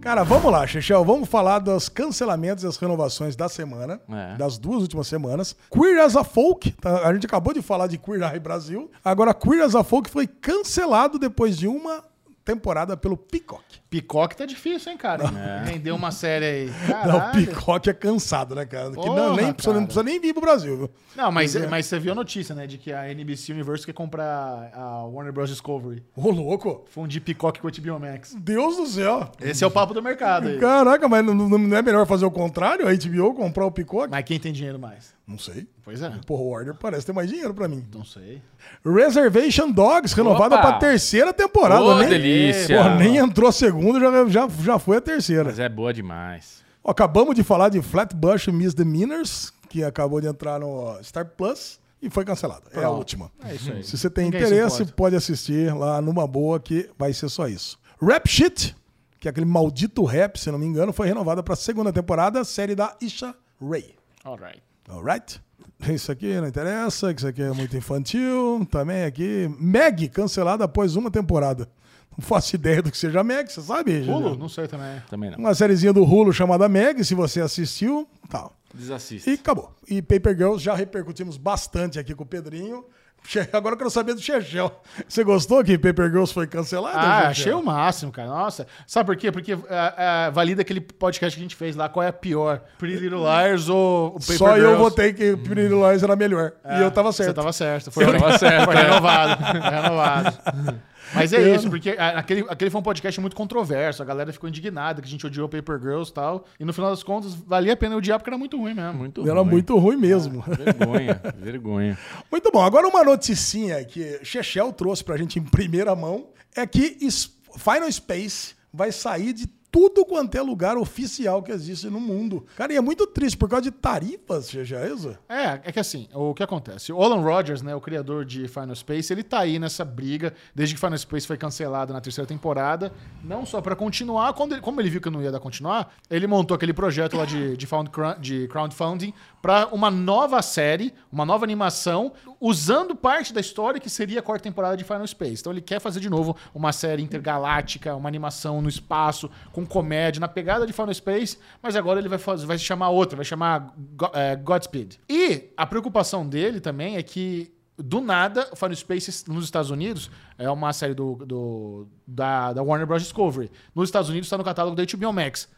Cara, vamos lá, Chechel. Vamos falar dos cancelamentos e as renovações da semana, É. das duas últimas semanas. Queer as a Folk, tá? a gente acabou de falar de Queer Eye Brasil. Agora, Queer as a Folk foi cancelado depois de uma temporada pelo Peacock. Picoque tá difícil, hein, cara? Vendeu uma série aí. É. Não, o Caralho. Peacock é cansado, né, cara? Que Porra, não, nem precisa, cara. não precisa nem vir pro Brasil, viu? Não, mas, é. mas você viu a notícia, né? De que a NBC Universo quer comprar a Warner Bros. Discovery. Ô, louco. Fundir Picoque com o HBO Max. Deus do céu. Esse é o papo do mercado aí. Caraca, mas não, não- não é melhor fazer o contrário? A HBO comprar o Peacock? Mas quem tem dinheiro mais? Não sei. Pois é. Porra, o Warner parece ter mais dinheiro pra mim. Não sei. Reservation Dogs, renovada Opa! pra terceira temporada. Ô, nem, É, delícia! Pô, nem entrou a segunda, já, já, já foi a terceira. Mas é boa demais. Ó, Acabamos de falar de Flatbush Misdemeanors, que acabou de entrar no Star Plus e foi cancelada. É a última. É isso aí. Se você tem Ninguém se interesse, importa. pode assistir lá numa boa, que vai ser só isso. Rap Shit, que é aquele maldito rap, se não me engano, foi renovada pra segunda temporada, série da Isha Ray. Alright. Alright? Isso aqui não interessa, que isso aqui é muito infantil. Também aqui. Meg, cancelada após uma temporada. Não faço ideia do que seja Meg, você sabe? Pulo? Juliano? Não sei também. Também não. Uma sériezinha do Hulu chamada Meg, se você assistiu, tal. Desassista. E acabou. E Paper Girls já repercutimos bastante aqui com o Pedrinho. Che- Agora eu quero saber do Chechel. Você gostou que Paper Girls foi cancelada? Ah, Chechel? achei o máximo, cara. Nossa. Sabe por quê? Porque ah, ah, valida aquele podcast que a gente fez lá. Qual é a pior? Pretty Little Liars ou o um Paper Só eu Girls? É, votei que Pretty Lies era melhor. e eu tava Você certo. tava certo. Foi, Eu tava certo, foi é. renovado. Foi renovado. Mas é isso, porque a- aquele, aquele foi um podcast muito controverso. A galera ficou indignada que a gente odiou Paper Girls e tal. E no final das contas, valia a pena odiar porque era é muito ruim É. mesmo. Muito Era ruim. muito ruim mesmo. Vergonha, vergonha. Muito bom. Agora uma noticinha que Chechel trouxe pra gente em primeira mão é que es- Final Space vai sair de tudo quanto é lugar oficial que existe no mundo. Cara, e é muito triste por causa de tarifas, Chechel, é isso? É, é que assim, o que acontece? O Alan Rogers, né, o criador de Final Space, ele tá aí nessa briga desde que Final Space foi cancelado na terceira temporada, não só pra continuar, quando ele- como ele viu que não ia dar continuar, ele montou aquele projeto lá de, de, found, crowd- de crowdfunding pra uma nova série, uma nova animação, usando parte da história que seria a quarta temporada de Final Space. Então ele quer fazer de novo uma série intergaláctica, uma animação no espaço, com comédia, na pegada de Final Space, mas agora ele vai, fazer, vai se chamar outra, vai chamar Go- é, Godspeed. E a preocupação dele também é que, do nada, o Final Space nos Estados Unidos é uma série do, do- da, da Warner Bros. Discovery. Nos Estados Unidos está no catálogo da HBO Max.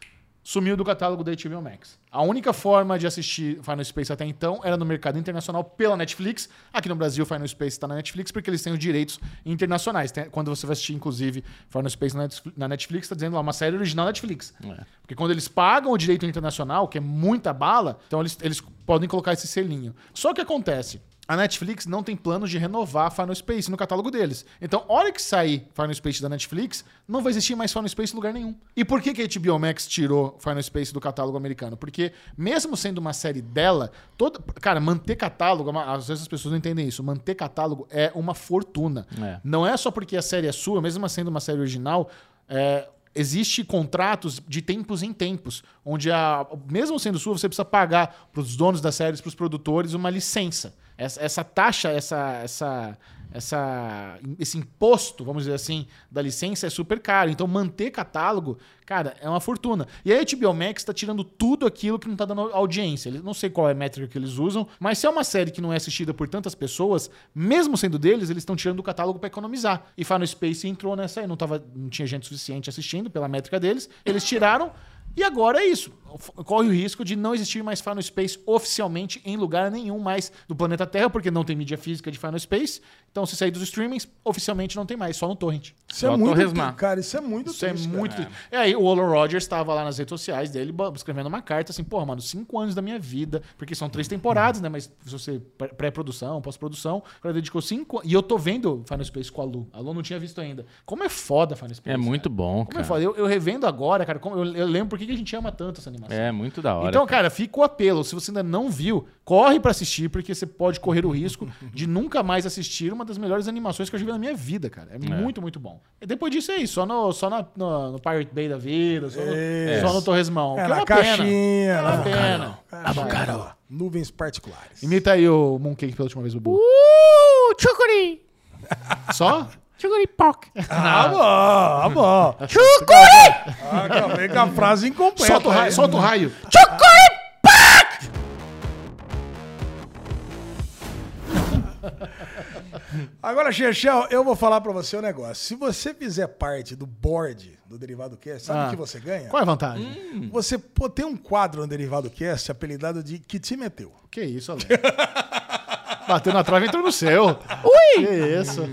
Sumiu do catálogo da HBO Max. A única forma de assistir Final Space até então era no mercado internacional pela Netflix. Aqui no Brasil, Final Space está na Netflix porque eles têm os direitos internacionais. Tem- quando você vai assistir, inclusive, Final Space na Netflix- na Netflix, está dizendo lá uma série original Netflix. Porque quando eles pagam o direito internacional, que é muita bala, então eles, eles podem colocar esse selinho. Só que acontece. A Netflix não tem planos de renovar Final Space no catálogo deles. Então, hora que sair Final Space da Netflix, não vai existir mais Final Space em lugar nenhum. E por que, que a HBO Max tirou Final Space do catálogo americano? Porque, mesmo sendo uma série dela, toda. Cara, manter catálogo, é uma- às vezes as pessoas não entendem isso. Manter catálogo é uma fortuna. É. Não é só porque a série é sua, mesmo sendo uma série original, é, existe contratos de tempos em tempos, onde a, mesmo sendo sua, você precisa pagar para os donos das séries, para os produtores, uma licença. Essa, essa taxa, essa, essa, essa, esse imposto, vamos dizer assim, da licença é super caro. Então manter catálogo, cara, é uma fortuna. E a HBO Max está tirando tudo aquilo que não está dando audiência. Eles- Não sei qual é a métrica que eles usam, mas se é uma série que não é assistida por tantas pessoas, mesmo sendo deles, eles estão tirando do catálogo para economizar. E Final Space entrou nessa aí, não, tava, não tinha gente suficiente assistindo pela métrica deles, eles tiraram. E agora é isso. F- Corre o risco de não existir mais Final Space oficialmente em lugar nenhum mais do planeta Terra, porque não tem mídia física de Final Space. Então, se sair dos streamings, oficialmente não tem mais, só no torrent. Isso é Só muito torresmar. triste, cara. Isso é muito Isso é triste, cara. muito. triste. E aí, o Olin Rogers estava lá nas redes sociais dele bo- escrevendo uma carta assim: porra, mano, cinco anos da minha vida, porque são três temporadas, né? Mas se você. pré- pré-produção, pós-produção, o cara dedicou cinco. E eu tô vendo Final Space com a Lu. A Lu não tinha visto ainda. Como é foda Final Space. É muito cara. bom, Como é cara. foda. Eu, eu revendo agora, cara, como- eu, eu lembro por que que a gente ama tanto essa animação. É muito da hora. Então, cara, fica o apelo. Se você ainda não viu, corre pra assistir, porque você pode correr o risco de nunca mais assistir uma das melhores animações que eu já vi na minha vida, cara. É, muito, muito bom. E depois disso é isso. Só no, só na- no, no Pirate Bay da vida, só no, Isso. só no Torresmão. É, que na uma caixinha. Ah, Pena. É na uma pena. caixinha. Nuvens particulares. Imita aí o Mooncake pela última vez, Bubu. Uh, Chukuri! Só? Chukuri Pock! Ah, bom, ah, bom. Chukuri! Acabei com a frase incompleta. Solta o raio. aí. Solta o raio. Chukuri! Agora, Chechel, eu vou falar pra você um negócio. Se você fizer parte do board do Derivado Cast, sabe o Ah. que você ganha? Qual é a vantagem? Hum. Você pô, tem um quadro no Derivado Cast apelidado de Que É Te Meteu. Que isso, Ale. Bateu na trave e entrou no seu. Ui! Que isso. Hum.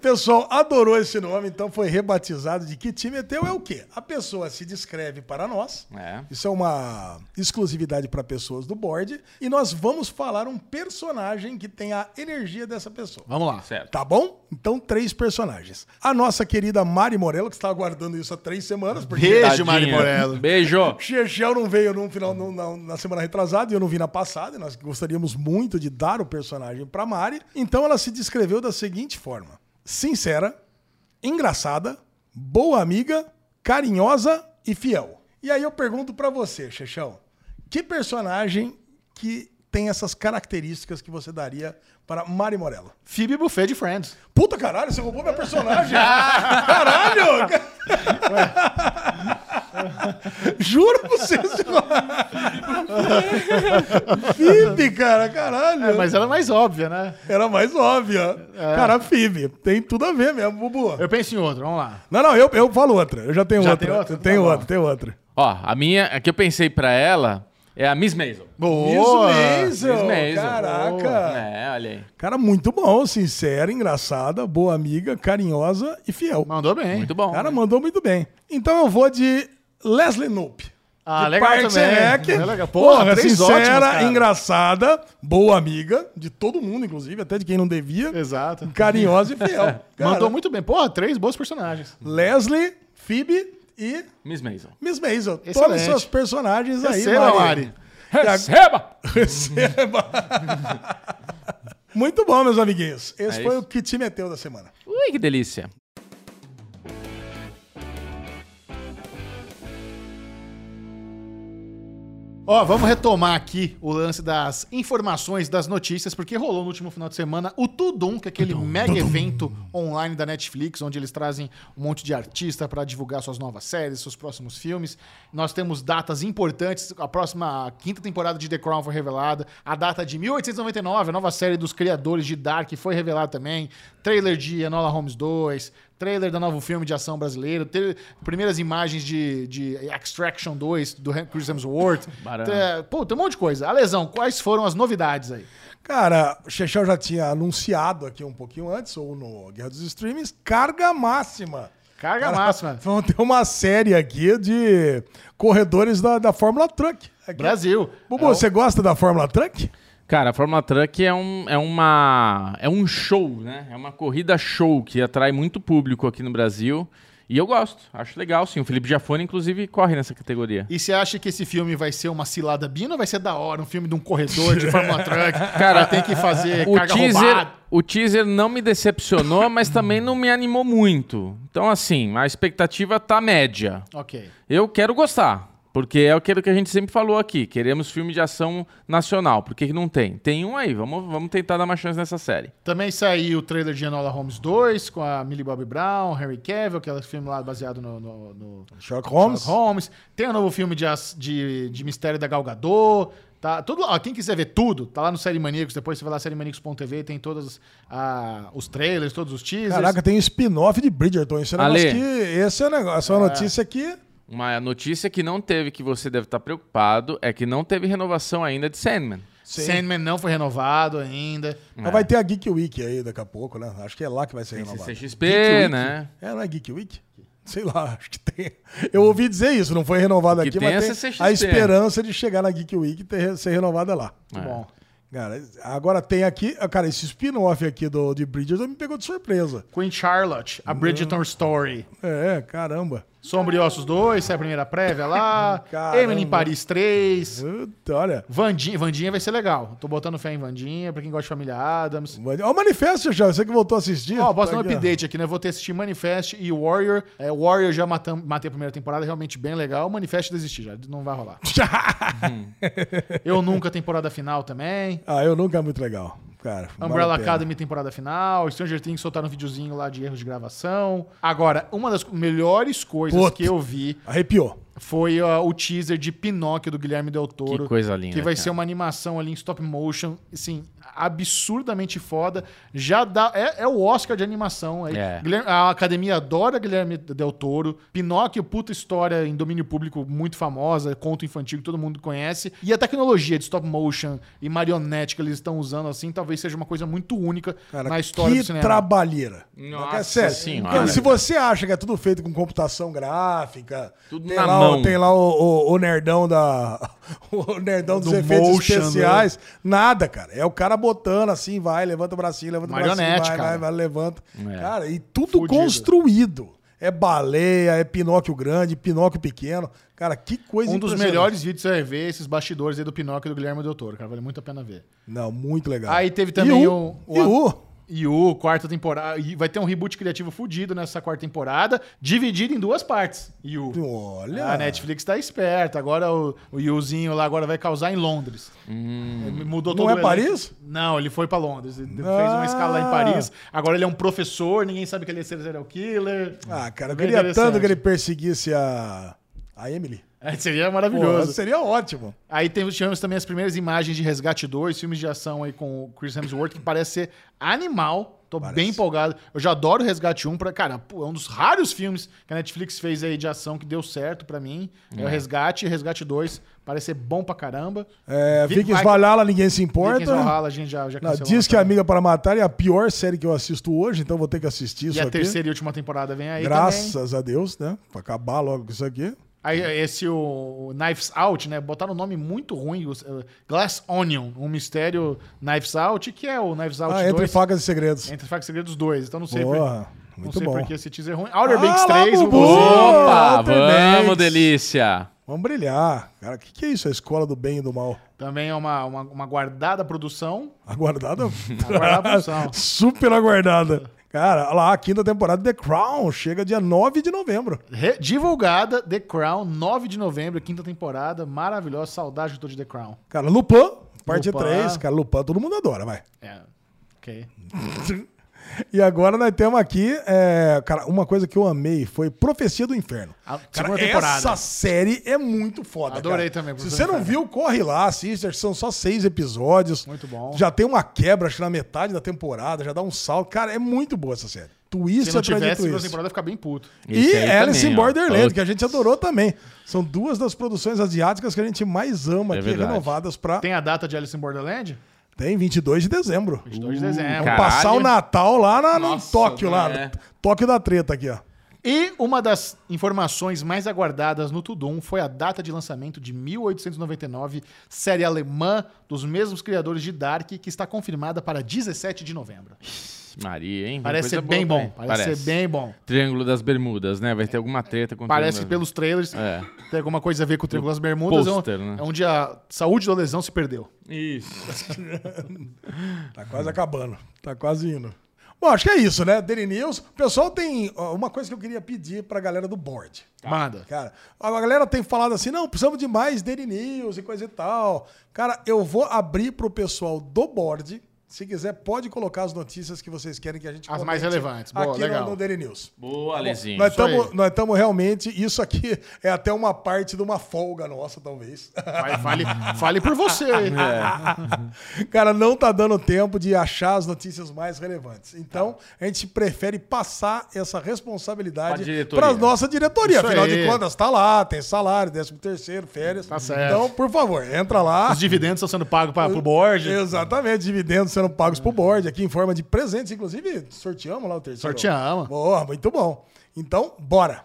Pessoal, adorou esse nome, então foi rebatizado de Que Te Meteu é o quê? A pessoa se descreve para nós. É. Isso é uma exclusividade para pessoas do board. E nós vamos falar um personagem que tem a energia dessa pessoa. Vamos lá. Certo. Tá bom? Então, três personagens. A nossa querida Mari Morello, que está aguardando isso há três semanas, porque Beijo, Mari Tadinha. Morello. Beijo. Chechel não veio no final no- na, na semana retrasada e eu não vi na passada. E nós gostaríamos muito de dar o personagem para Mari. Então, ela se descreveu da seguinte forma: sincera, engraçada, boa amiga, carinhosa e fiel. E aí eu pergunto para você, Chechel, que personagem que tem essas características que você daria para Mari Morello? Phoebe Buffet de Friends. Puta caralho, você roubou meu personagem! caralho! Juro pra você, senhor! Fib, cara, caralho! É, mas ela é mais óbvia, né? Era mais óbvia. Cara, Fib, tem tudo a ver mesmo, Bubu. Eu penso em outro, vamos lá. Não, não, eu, eu falo outra. Eu já tenho Já outra. tem outra? Eu tenho Tá bom. outra, tenho outra. Ó, a minha, a que eu pensei pra ela é a Miss Maisel. Boa! Isso mesmo! Miss Maisel. né? Caraca! É, Caralho, hein? Cara muito bom, sincera, engraçada, boa amiga, carinhosa e fiel. Mandou bem. Muito bom. O cara mandou muito bem. Então eu vou de Leslie Nope. Ah, de legal Parks também. and Rec. É legal. Porra, Porra, três ótimos, sincera, cara. engraçada, boa amiga, de todo mundo, inclusive, até de quem não devia. Exato. Carinhosa e fiel. Cara, É. Mandou muito bem. Porra, três bons personagens. Leslie, Phoebe e Miss Mason. Miss Maisel. Excelente. Todas essas personagens aí, Terceira, Tá Mari. Mari. Receba! Receba. Muito bom, meus amiguinhos. Esse É foi isso. o que te meteu da semana. Ui, que delícia. Ó, vamos retomar aqui o lance das informações, das notícias, porque rolou no último final de semana o Tudum, que é aquele mega evento online da Netflix, onde eles trazem um monte de artista para divulgar suas novas séries, seus próximos filmes. Nós temos datas importantes, a próxima quinta temporada de The Crown foi revelada, a data de 1899, a nova série dos criadores de Dark foi revelada também, trailer de Enola Holmes 2, trailer do novo filme de ação brasileiro, tra- primeiras imagens de, de Extraction 2 do Ham- Chris Hemsworth. Barana. É, pô, tem um monte de coisa. Alesão, quais foram as novidades aí? Cara, o Chechel já tinha anunciado aqui um pouquinho antes, ou no Guerra dos Streams, Carga Máxima. Carga Cara, máxima. Vão ter uma série aqui de corredores da, da Fórmula Truck. Aqui. Brasil. É, Bubu, você gosta da Fórmula Truck? Cara, a Fórmula Truck é, um, é, uma, é um show, né? É uma corrida show que atrai muito público aqui no Brasil. E eu gosto, acho legal, sim. O Felipe Jafone, inclusive, corre nessa categoria. E você acha que esse filme vai ser uma cilada bina ou vai ser da hora? Um filme de um corredor de Fórmula Truck? Cara, tem que fazer O carga teaser, roubada. o teaser não me decepcionou, mas também não me animou muito. Então, assim, a expectativa tá média. Ok. Eu quero gostar, porque é aquilo que a gente sempre falou aqui. Queremos filme de ação nacional. Por que que não tem? Tem um aí, vamos, vamos tentar dar uma chance nessa série. Também saiu o trailer de Enola Holmes 2 com a Millie Bobby Brown, Harry Cavill, aquele filme lá baseado no, no- no Sherlock Holmes. Tem o novo filme de, as- de, de Mistério da Galgador. Tá, tudo, ó, quem quiser ver tudo, tá lá no Série Maníacos. Depois você vai lá, sériemanicos.tv, tem todos ah, os trailers, todos os teasers. Caraca, tem um spin-off de Bridgerton. Esse é um Ale. negócio que. Esse é o negócio. Essa é uma notícia que. Uma notícia que não teve, que você deve estar preocupado, é que não teve renovação ainda de Sandman. Sandman não foi renovado ainda. Mas vai ter a Geek Week aí daqui a pouco, né? Acho que é lá que vai ser renovado. CCXP, né? É, não é Geek Week? Sei lá, acho que tem. Eu ouvi dizer isso, não foi renovado Que aqui, tem mas a tem CCXP. a esperança de chegar na Geek Week e ter- ser renovada lá. Muito É. bom. Cara, agora tem aqui. ah, Cara, esse spin-off aqui do, de Bridgerton me pegou de surpresa. Queen Charlotte, A Bridgerton Story. É, caramba. Sombriossos 2, sai é a primeira prévia lá. Caramba. Emily em Paris 3. Puta, Olha. Vandinha, Vandinha vai ser legal. Tô botando fé em Vandinha, pra quem gosta de Família Adams. Olha o manifesto já, você que voltou a assistir. Ó, posso dar Tá um aqui, ó. update aqui, né? Eu Vou ter assistir Manifest e Warrior. É, Warrior já matam- matei a primeira temporada, realmente bem legal. Manifest desisti já, não vai rolar. Uhum. Eu Nunca, temporada final também. Ah, eu nunca é muito legal, cara. vale Umbrella a pena. Academy, temporada final. Stranger Things soltaram um videozinho lá de erros de gravação. Agora, uma das melhores coisas Puta. que eu vi Arrepiou. foi ó, o teaser de Pinóquio do Guilherme Del Toro. Que coisa linda, Que vai né, cara. ser um uma animação ali em stop motion, assim, absurdamente foda. Já dá. É, é o Oscar de animação aí. É. Guilherme- a academia adora Guilherme Del Toro. Pinóquio, puta história em domínio público muito famosa, conto infantil que todo mundo conhece. E a tecnologia de stop motion e marionete que eles estão usando, assim, talvez seja uma coisa muito única Cara, na história que do cinema. trabalheira. Nossa é sério. Senhora. Cara, se você acha que é tudo feito com computação gráfica, Tudo tem, na lá, mão. O, tem lá o, o- o nerdão da o nerdão dos Do efeitos motion, especiais, né? nada, cara. É o cara botando assim, vai, levanta o bracinho, levanta o bracinho, Marionete, vai, cara. vai, vai, levanta. É. Cara, e tudo Fudido. construído. É baleia, é Pinóquio grande, Pinóquio pequeno. Cara, que coisa Um dos impressionante. melhores vídeos que você vai ver, esses bastidores aí do Pinóquio e do Guilherme Del Toro, cara. Vale muito a pena ver. Não, muito legal. Aí teve também e o- o- E o... E o quarta temporada. e Vai ter um reboot criativo fudido nessa quarta temporada, dividido em duas partes. E o. Olha. A Netflix tá esperta. Agora o, o Yuzinho lá agora vai causar em Londres. Ele Mudou Não todo é o elenco. Paris? Ah. Não, ele foi pra Londres. Ele fez uma escala lá em Paris. Agora ele é um professor, ninguém sabe que ele é serial killer. Ah, cara, eu Bem queria tanto interessante. que ele perseguisse a, a Emily. É, Seria Pô, maravilhoso. seria ótimo. Aí temos, tivemos também as primeiras imagens de Resgate 2, filmes de ação aí com o Chris Hemsworth, que parece ser animal. Tô Parece. bem empolgado. Eu já adoro Resgate 1. Pra, cara, pô, é um dos raros filmes que a Netflix fez aí de ação que deu certo pra mim. É, o Resgate e Resgate 2. Parece ser bom pra caramba. É, Vic Vic Valhalla, ninguém se importa. Vikings Valhalla, a gente já, já Não, cancelou. diz que tá? Amiga para Matar é a pior série que eu assisto hoje, então vou ter que assistir E isso a aqui. terceira e última temporada vem aí também. Graças a Deus, né? Pra acabar logo com isso aqui. Aí esse o Knives Out, né? Botaram um nome muito ruim, os, eh, Glass Onion, um mistério Knives Out, que é o Knives Out Ah, 2. entre facas e segredos. Entre Facas e Segredos 2. Então não sei por, Boa, não muito sei bom. por que esse teaser é ruim. Outer Ah, Banks lá, 3, o Bubu! Bubu. Opa, Outer vamos, Banks. delícia! Vamos brilhar. Cara, o que, que é isso? A escola do bem e do mal. Também é uma, uma, uma guardada produção. Aguardada? Aguardada produção. Super aguardada. Cara, olha lá, a quinta temporada de The Crown chega dia 9 de novembro. Re- divulgada, The Crown, 9 de novembro, quinta temporada. Maravilhosa, saudade que eu tô de The Crown. Cara, Lupin, parte Lupin. 3. Cara, Lupin todo mundo adora, vai. É, ok. E agora nós temos aqui, é, cara, uma coisa que eu amei foi Profecia do Inferno. A Cara, segunda temporada. essa série é muito foda. Adorei cara. também, Se Profecia você do não viu, corre lá, assiste. Acho que São só seis episódios. Muito bom. Já tem uma quebra, acho que na metade da temporada, já dá um salto. Cara, é muito boa essa série. Twist Se não atrás de tivesse, a segunda twist. temporada ia ficar bem puto. Esse E aí Alice também, in ó. Borderland, Outro- que a gente adorou também. São duas das produções asiáticas que a gente mais ama É aqui, verdade. renovadas pra. Tem... Tem a data de Alice in Borderland? 22 de dezembro. É um 22 de Uh, dezembro. cara. Passar Caralho. o Natal lá na, no Nossa, Tóquio, lá. né? Tóquio da treta aqui, ó. E uma das informações mais aguardadas no Tudum foi a data de lançamento de 1899, série alemã dos mesmos criadores de Dark, que está confirmada para 17 de novembro. Maria, hein? Parece ser Coisa bem boa, bom. né? é Parece, ser bem bom. Triângulo das Bermudas, né? Vai ter alguma treta com o Parece que Triângulo pelos trailers É. tem alguma coisa a ver com o Triângulo das Bermudas. pôster, é, um, né? é onde a saúde da lesão se perdeu. das- Isso. Tá quase acabando. Tá quase indo. Bom, acho que é isso, né? Daily News. Pessoal, tem ó, uma coisa que eu queria pedir pra galera do board. Manda. Cara, a galera tem falado assim, não, precisamos de mais Daily News e coisa e tal. Cara, eu vou abrir pro pessoal do board. Se quiser, pode colocar as notícias que vocês querem que a gente As comente mais relevantes. Boa, Aqui no- legal. no Daily News. Boa, Alezinho. Nós Isso aí. estamos realmente. Isso aqui é até uma parte de uma folga nossa, talvez. Fale, fale, fale por você. É. Cara, não tá dando tempo de achar as notícias mais relevantes. Tá. Então, a gente prefere passar essa Pra responsabilidade diretoria. para nossa diretoria. Isso Afinal aí. de contas, tá lá, tem salário, 13 terceiro, férias. Tá certo. Então, por favor, entra lá. Os dividendos estão sendo pagos para o Ah, board. Exatamente, dividendos sendo pagos pro board aqui em forma de presentes, inclusive, sorteamos lá o terceiro. Sorteamos. Boa, muito bom. Então, bora.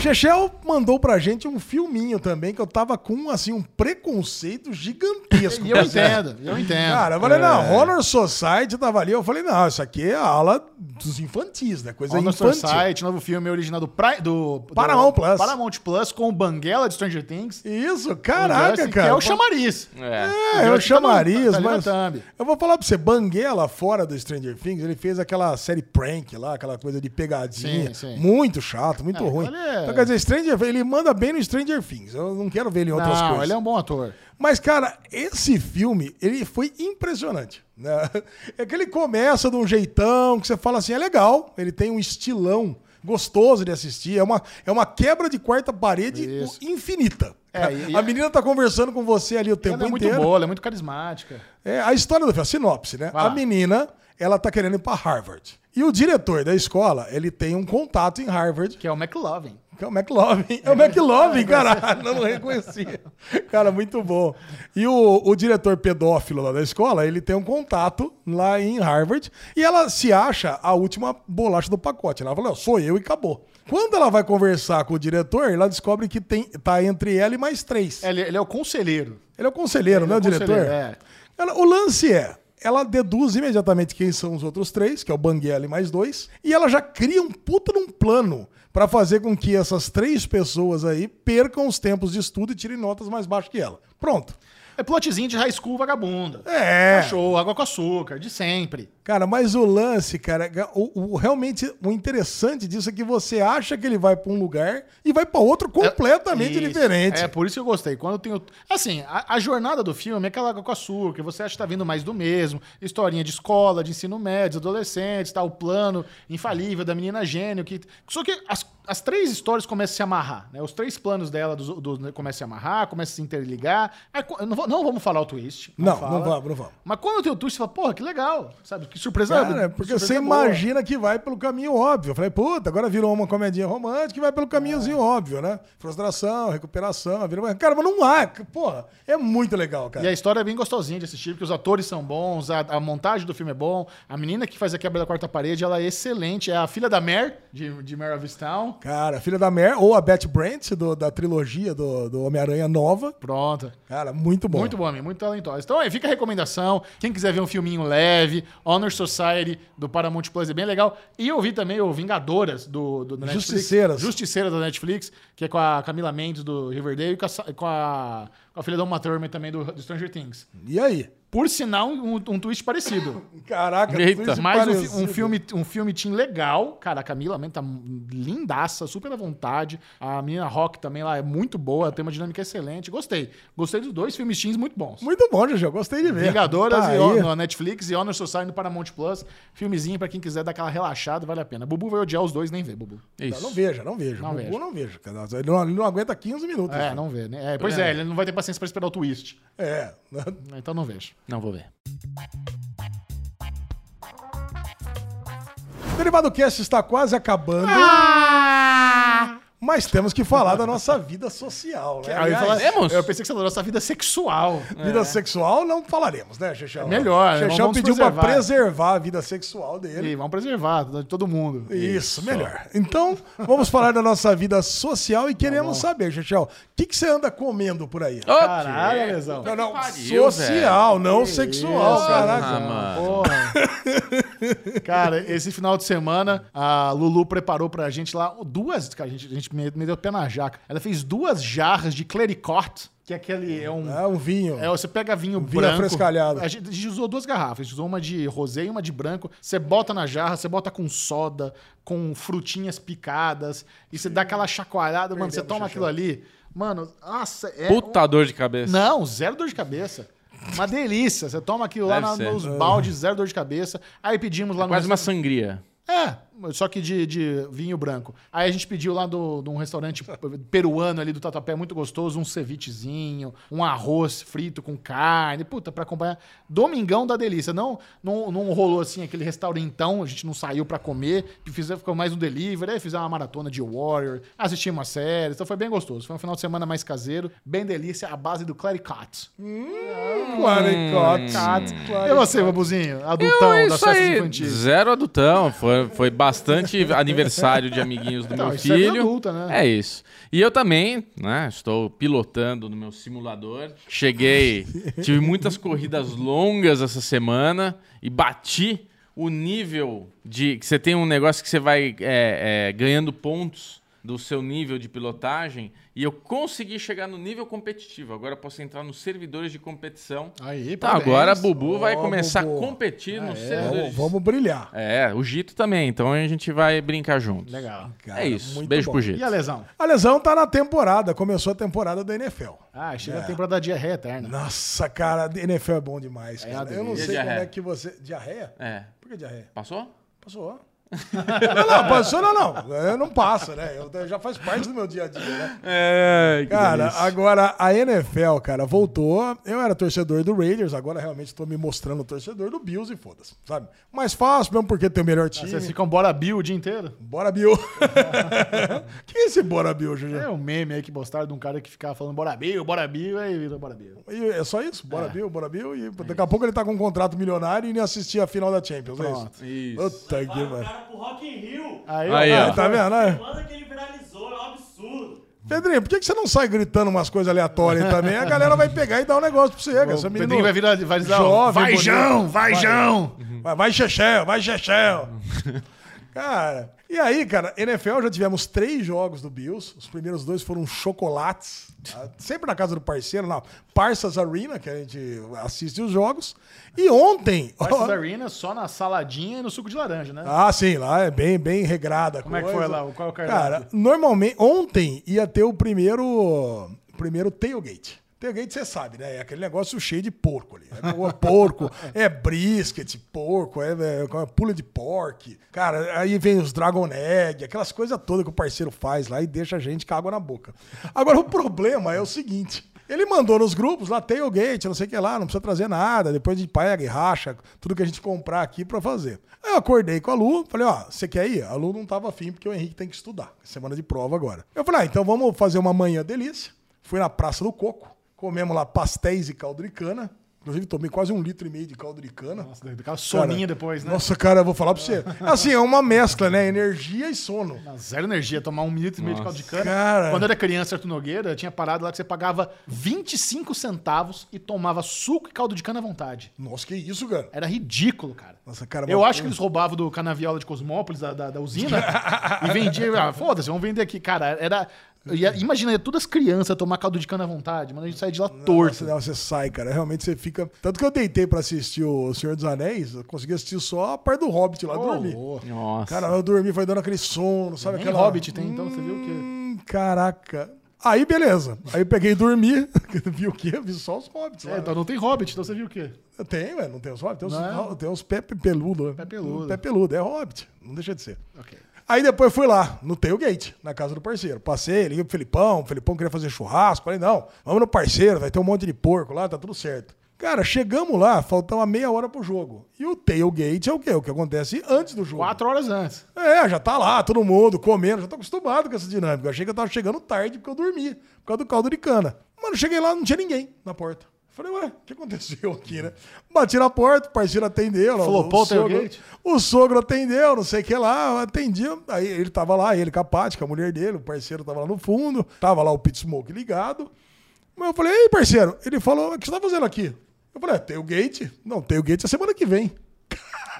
Chechel mandou pra gente um filminho também que eu tava com assim um preconceito gigantesco. E eu entendo, É. eu entendo. Cara, eu falei, não, Honor Society tava ali, eu falei, não, isso aqui é a ala dos infantis, né? Coisa Honor infantil. Society, novo filme original do, Pri- do- do Paramount Plus. Paramount Plus com o Banguela de Stranger Things. Isso, O caraca, Justin, cara. Que é o chamariz. O É. É, eu Justin tá no- chamaria, tá ali na mas. thumb. Eu vou falar pra você, Banguela, fora do Stranger Things, ele fez aquela série prank lá, aquela coisa de pegadinha. Sim, sim. Muito chato, muito É, ruim. ele é- Então, quer dizer, Stranger ele manda bem no Stranger Things. Eu não quero ver ele em outras Não, coisas. ele é um bom ator. Mas, cara, esse filme, ele foi impressionante. Né? É que ele começa de um jeitão que você fala assim, é legal, ele tem um estilão gostoso de assistir, é uma, é uma quebra de quarta parede Isso. infinita. É, e- a menina tá conversando com você ali o tempo Ela é muito inteiro. boa, ela é muito carismática. É, a história do filme, a sinopse, né? Vai a lá. menina, ela tá querendo ir pra Harvard. E o diretor da escola, ele tem um contato em Harvard, Que é o McLovin. que é o McLovin. É o McLovin, caralho, eu não reconhecia. Cara, muito bom. E o, o diretor pedófilo lá da escola, ele tem um contato lá em Harvard e ela se acha a última bolacha do pacote. Ela fala, "Não, sou eu e acabou. Quando ela vai conversar com o diretor, ela descobre que tem, tá entre ela e mais três. Ele, ele é o conselheiro. Ele é o conselheiro, Ele é né, o o diretor? conselheiro, é. Ela- o lance é, ela deduz imediatamente quem são os outros três, que é o Banguela e mais dois, e ela já cria um puta num plano pra fazer com que essas três pessoas aí percam os tempos de estudo e tirem notas mais baixas que ela. Pronto. É plotzinho de high school vagabunda. É. Cachorro, água com açúcar, de sempre. Cara, mas o lance, cara, o, o- realmente o interessante disso é que você acha que ele vai pra um lugar e vai pra outro completamente É, Isso. diferente. É, por isso que eu gostei. Quando eu tenho. Assim, a, a jornada do filme é aquela água com açúcar. Você acha que tá vindo mais do mesmo. Historinha de escola, de ensino médio, adolescentes, tá? O plano infalível da menina gênio. Que... Só que as- as três histórias começam a se amarrar, né? Os três planos dela dos, dos, né, começam a se amarrar, começam a se interligar. Aí co- não, vou- não vamos falar o twist. Não, fala. não vamos, não vamos. Mas quando tem o twist, você fala, porra, que legal. Sabe? Que surpresa. Cara, né? porque surpresa você boa. imagina que vai pelo caminho óbvio. Eu falei, puta, agora virou uma comedinha romântica e vai pelo É. caminhozinho óbvio, né? Frustração, recuperação, a vida. vai- Cara, mas não há. Porra, é muito legal, cara. E a história é bem gostosinha de assistir, porque os atores são bons, a, a montagem do filme é bom, a menina que faz a quebra da quarta parede, ela é excelente, é a filha da Mare, de, de Mare of Town. Cara, filha da Mer, ou a Beth Brant, do- da trilogia do, do Homem-Aranha Nova. Pronto. Cara, muito bom. Muito bom, amigo, muito talentosa. Então aí, fica a recomendação. Quem quiser ver um filminho leve, Honor Society do Paramount Plus é bem legal. E eu vi também o Vingadoras do, do da Netflix. Justiceiras. Justiceira da Netflix, que é com a Camila Mendes do Riverdale e com a, Sa- com a, com a filha da Uma Thurman também do, do Stranger Things. E aí? Por sinal, um, um twist parecido. Caraca, Eita. tudo isso Mais um, fi- parecido. um filme, um filme teen legal. Cara, a Camila Man tá lindaça, super à vontade. A menina Rock também lá é muito boa, tem uma dinâmica excelente. Gostei. Gostei dos dois filmes teens muito bons. Muito bom, Jojo. Gostei de ver. Vingadoras Tá e aí. Hon- na Netflix e Honor Society no Paramount Plus. Filmezinho pra quem quiser dar aquela relaxada, vale a pena. Bubu vai odiar os dois, nem vê, Bubu. Não, não Isso. veja, não veja. Não Não veja. veja. não veja. cara. Ele não, ele não aguenta 15 minutos. É, não vê, né? É, pois é, ele não vai ter paciência pra esperar o twist. É. Então não vejo. Não vou ver. Derivado Cast está quase acabando. Ah! Ah! Mas temos que falar da nossa vida social, né? Aí eu, Aliás, falo- temos? eu pensei que você falou nossa vida sexual. Vida sexual não falaremos, né, Xexão? melhor, né? Xexão Vamos pediu para preservar. preservar a vida sexual dele. E vamos preservar de todo mundo. Isso, melhor. Então, vamos falar da nossa vida social e queremos Tá saber, Xexão, o que, que você anda comendo por aí? Caralho, lesão. não, não, pariu, social, não sexual, isso, caraca. Ah, mano. Porra. Cara, esse final de semana, a Lulu preparou pra gente lá duas. cara, a gente, a gente me, me deu pé na jaca. Ela fez duas jarras de clericot, que é aquele. É um. É um vinho. É, você pega vinho, Vinho branco. afrescalhado. A gente, a gente usou duas garrafas. A gente usou uma de rosé e uma de branco. Você bota na jarra, você bota com soda, com frutinhas picadas. E você dá aquela chacoalhada. Mano, você toma aquilo ali. Mano, nossa, é. um- Puta dor de cabeça. não, zero dor de cabeça. Uma delícia. Você toma aquilo lá Deve na- ser. nos baldes, zero dor de cabeça. Aí pedimos lá no. Quase uma restaurante- sangria. É, só que de, de vinho branco. Aí a gente pediu lá do- de um restaurante peruano ali do Tatuapé, muito gostoso, um cevichezinho, um arroz frito com carne, puta, pra acompanhar. Domingão da delícia. Não, não, não rolou assim aquele restaurantão, a gente não saiu pra comer, fiz, ficou mais um delivery, aí fizemos uma maratona de Warrior, assistimos uma série, então foi bem gostoso. Foi um final de semana mais caseiro, bem delícia, à base do Claricot. Hum. Claricot. E você, babuzinho? Adultão É das festas infantis. Zero adultão. Foi, foi bastante aniversário de amiguinhos do Não, meu isso é vida filho. adulta, né? É isso. E eu também, né? Estou pilotando no meu simulador. Cheguei, tive muitas corridas longas essa semana e bati o nível de. que Você tem um negócio que você vai é, é, ganhando pontos do seu nível de pilotagem e eu consegui chegar no nível competitivo. Agora eu posso entrar nos servidores de competição. Aí, Então parabéns. agora Bubu vai Ó, começar Bubu. Ah, é? a competir nos servidores. Vamos, de- vamos brilhar. É, o Gito também, então a gente vai brincar juntos. Legal. Cara, é isso. muito Beijo bom. pro E Gito. a lesão? A lesão tá na temporada, começou a temporada da NFL. Ah, É. chega a temporada da diarreia eterna. Nossa, cara, NFL é bom demais, uma cara. Eu não delícia. sei E a como diarreia? é que você. Diarreia? É. Por que diarreia? Passou? Passou. não, não, passou, não, não. É, Não passa, né? Eu, eu já faz parte do meu dia a dia, né? É, Cara, agora a NFL, cara, voltou. Eu era torcedor do Raiders, agora realmente tô me mostrando torcedor do Bills e foda-se, sabe? Mais fácil, mesmo porque tem o Ah, melhor time. Vocês ficam bora Bill o dia inteiro? Bora, Bill. Quem é esse Bora, Bill, Juju? É um meme aí que postaram de um cara que ficava falando bora Bill, bora Bill, aí vira bora Bill. E é só isso? Bora Bill, bora Bill. E daqui a pouco ele tá com um contrato milionário e nem assistir a final da Champions. Pronto. É Isso. isso. Puta que Cara, o pariu. cara pro Rock in Rio. Aí, Aí, ó, ó. Ah, Tá vendo? né? Manda que ele viralizou, é um absurdo. Pedrinho, por que que você não sai gritando umas coisas aleatórias aí também? A galera vai pegar e dar um negócio pra você, cara. Essa o menina. Pedrinho vai virar, vai virar jovem, vai bonito. Jão, vai Jão. Vai, vai Chechel, vai Chechel. cara, e aí, cara, NFL já tivemos três jogos do Bills. Os primeiros dois foram chocolates. tá? Sempre na casa do parceiro, na Parsas Arena, que a gente assiste os jogos. E ontem. Parsons Arena só na saladinha e no suco de laranja, né? Ah, sim, lá é bem, bem regrada. a Como é que coisa. foi lá? O- qual é o cardápio? Cara, normalmente, ontem ia ter o primeiro, primeiro tailgate. Tailgate, você sabe, né? É aquele negócio cheio de porco ali. É porco, é brisket, porco, é, é, é pula de pork. Cara, aí vem os Dragon Egg, aquelas coisas todas que o parceiro faz lá e deixa a gente com água na boca. Agora, o problema é o seguinte. Ele mandou nos grupos lá, tailgate, não sei o que lá, não precisa trazer nada, depois a gente paga e racha tudo que a gente comprar aqui pra fazer. Aí eu acordei com a Lu, falei, ó, você quer ir? A Lu não tava afim, porque o Henrique tem que estudar, é semana de prova agora. Eu falei, ah, então vamos fazer uma manhã delícia. Fui na Praça do Coco, comemos lá pastéis e caldo de cana. Inclusive, tomei quase um litro e meio de caldo de cana. Nossa, aquela soninha Cara, depois, né? Nossa, cara, eu vou falar pra você. Assim, é uma mescla, né? Energia e sono. Ah, Zero energia, tomar um litro e meio de caldo de cana. Cara. Quando eu era criança, Arthur Nogueira, tinha parado lá que você pagava 25 centavos e tomava suco e caldo de cana à vontade. Nossa, que isso, cara. Era ridículo, cara. Nossa, cara, Eu uma acho que eles roubavam do canaviola de Cosmópolis, da, da, da usina, e vendiam. Ah, foda-se, vamos vender aqui. Cara, era. e a- Imagina, ia todas as crianças tomar caldo de cana à vontade, mano. A gente sai de lá torto. Torto. Não, você sai, cara. Realmente você fica. Tanto que eu deitei pra assistir O Senhor dos Anéis, eu consegui assistir só a parte do Hobbit lá, dormi. Nossa. Cara, eu dormi, foi dando aquele sono, sabe? Nem aquela... Hobbit tem, então, você viu o quê? Hum, caraca. Aí, beleza. Aí eu peguei e dormi. Vi o quê? Vi só os Hobbits. É, lá. então não tem hobbit, então você viu o quê? Tem, ué, não tem os hobbits? Tem Não os, tem os pé peludo. né? Pé peludo. Pé peludo, é hobbit. Não deixa de ser. Ok. Aí depois fui lá, no Tailgate, na casa do parceiro. Passei, liguei pro Felipão, o Felipão queria fazer churrasco. Falei, não, vamos no parceiro, vai ter um monte de porco lá, tá tudo certo. Cara, chegamos lá, faltava meia hora pro jogo. E o tailgate é o quê? O que acontece antes do jogo. Quatro horas antes. É, já tá lá, todo mundo comendo, já tô acostumado com essa dinâmica. Eu achei que eu tava chegando tarde porque eu dormi, por causa do caldo de cana. Mano, cheguei lá, não tinha ninguém na porta. Falei, ué, o que aconteceu aqui, né? Bati na porta, o parceiro atendeu. lá, Flopou o sogro, tailgate? o sogro atendeu, não sei o que lá, eu atendi. Aí ele tava lá, ele com a Paty, com a mulher dele, o parceiro tava lá no fundo, tava lá o Pit Smoke ligado. Mas eu falei, ei, parceiro, ele falou, o que você tá fazendo aqui? Eu falei, é, tailgate? Não, tailgate é semana que vem.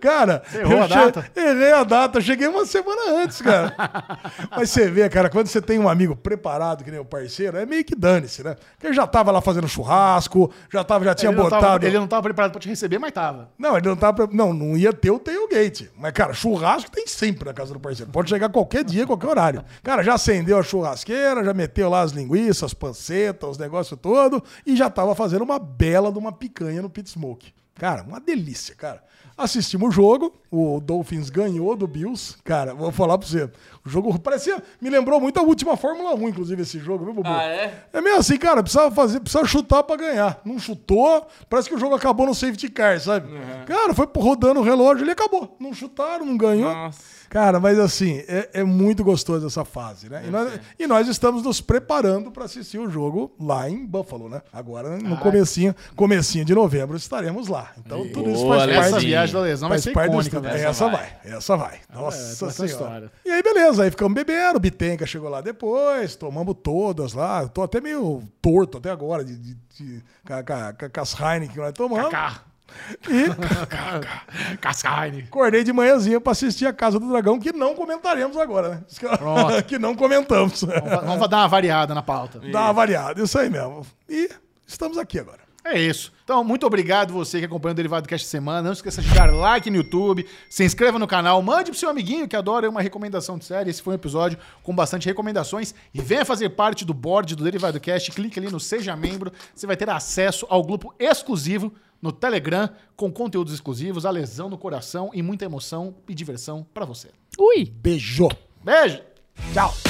Cara, errou eu a che- data? Errei a data, cheguei uma semana antes, cara. Mas você vê, cara, quando você tem um amigo preparado, que nem o parceiro, é meio que dane-se, né? Porque ele já tava lá fazendo churrasco, já, tava, já tinha ele, não botado. tava, ele não tava preparado pra te receber, mas tava. Não, ele não tava. pre- Não, não ia ter o tailgate. Mas, cara, churrasco tem sempre na casa do parceiro. Pode chegar qualquer dia, qualquer horário. Cara, já acendeu a churrasqueira, já meteu lá as linguiças, as pancetas, os negócios todo e já tava fazendo uma bela de uma picanha no pit smoke. Cara, uma delícia, cara. Assistimos o jogo, o Dolphins ganhou do Bills. Cara, vou falar pra você. O jogo parecia. Me lembrou muito a última Fórmula 1, inclusive, esse jogo, viu, Bubu? Ah, é? É meio assim, cara, precisava fazer, precisava chutar pra ganhar. Não chutou, parece que o jogo acabou no safety car, sabe? Cara, foi rodando o relógio ele acabou. Não chutaram, não ganhou. Nossa. Cara, mas assim, é, é muito gostoso essa fase, né? E nós, e nós estamos nos preparando pra assistir o jogo lá em Buffalo, né? Agora, no comecinho, comecinho de novembro, estaremos lá. Então, tudo isso Boa, faz Leandro. Essa Sim. parte... viagem da lesão vai Faz ser parte do icônica, estudo. É velho. Essa vai, essa vai. Nossa essa senhora. história. E aí, beleza, aí ficamos bebendo, o Bitenca chegou lá depois, tomamos todas lá. Eu tô até meio torto até agora de, de, de, ca- ca- ca- com as Heineken que nós tomamos. Cacá. E Cascaine. acordei de manhãzinha pra assistir a Casa do Dragão, que não comentaremos agora, né? Isso que- Pronto. que não comentamos. Vamos vamos dar uma variada na pauta. Dá uma variada, isso aí mesmo. E estamos aqui agora. É isso. Então, muito obrigado você que acompanha o Derivado Cast Semana. Não esqueça de dar like no YouTube, se inscreva no canal, mande pro seu amiguinho que adora uma recomendação de série. Esse foi um episódio com bastante recomendações. E venha fazer parte do board do Derivado Cast. Clique ali no Seja Membro. Você vai ter acesso ao grupo exclusivo no Telegram, com conteúdos exclusivos, a lesão no coração e muita emoção e diversão pra você. Ui. Beijo. Beijo! Tchau.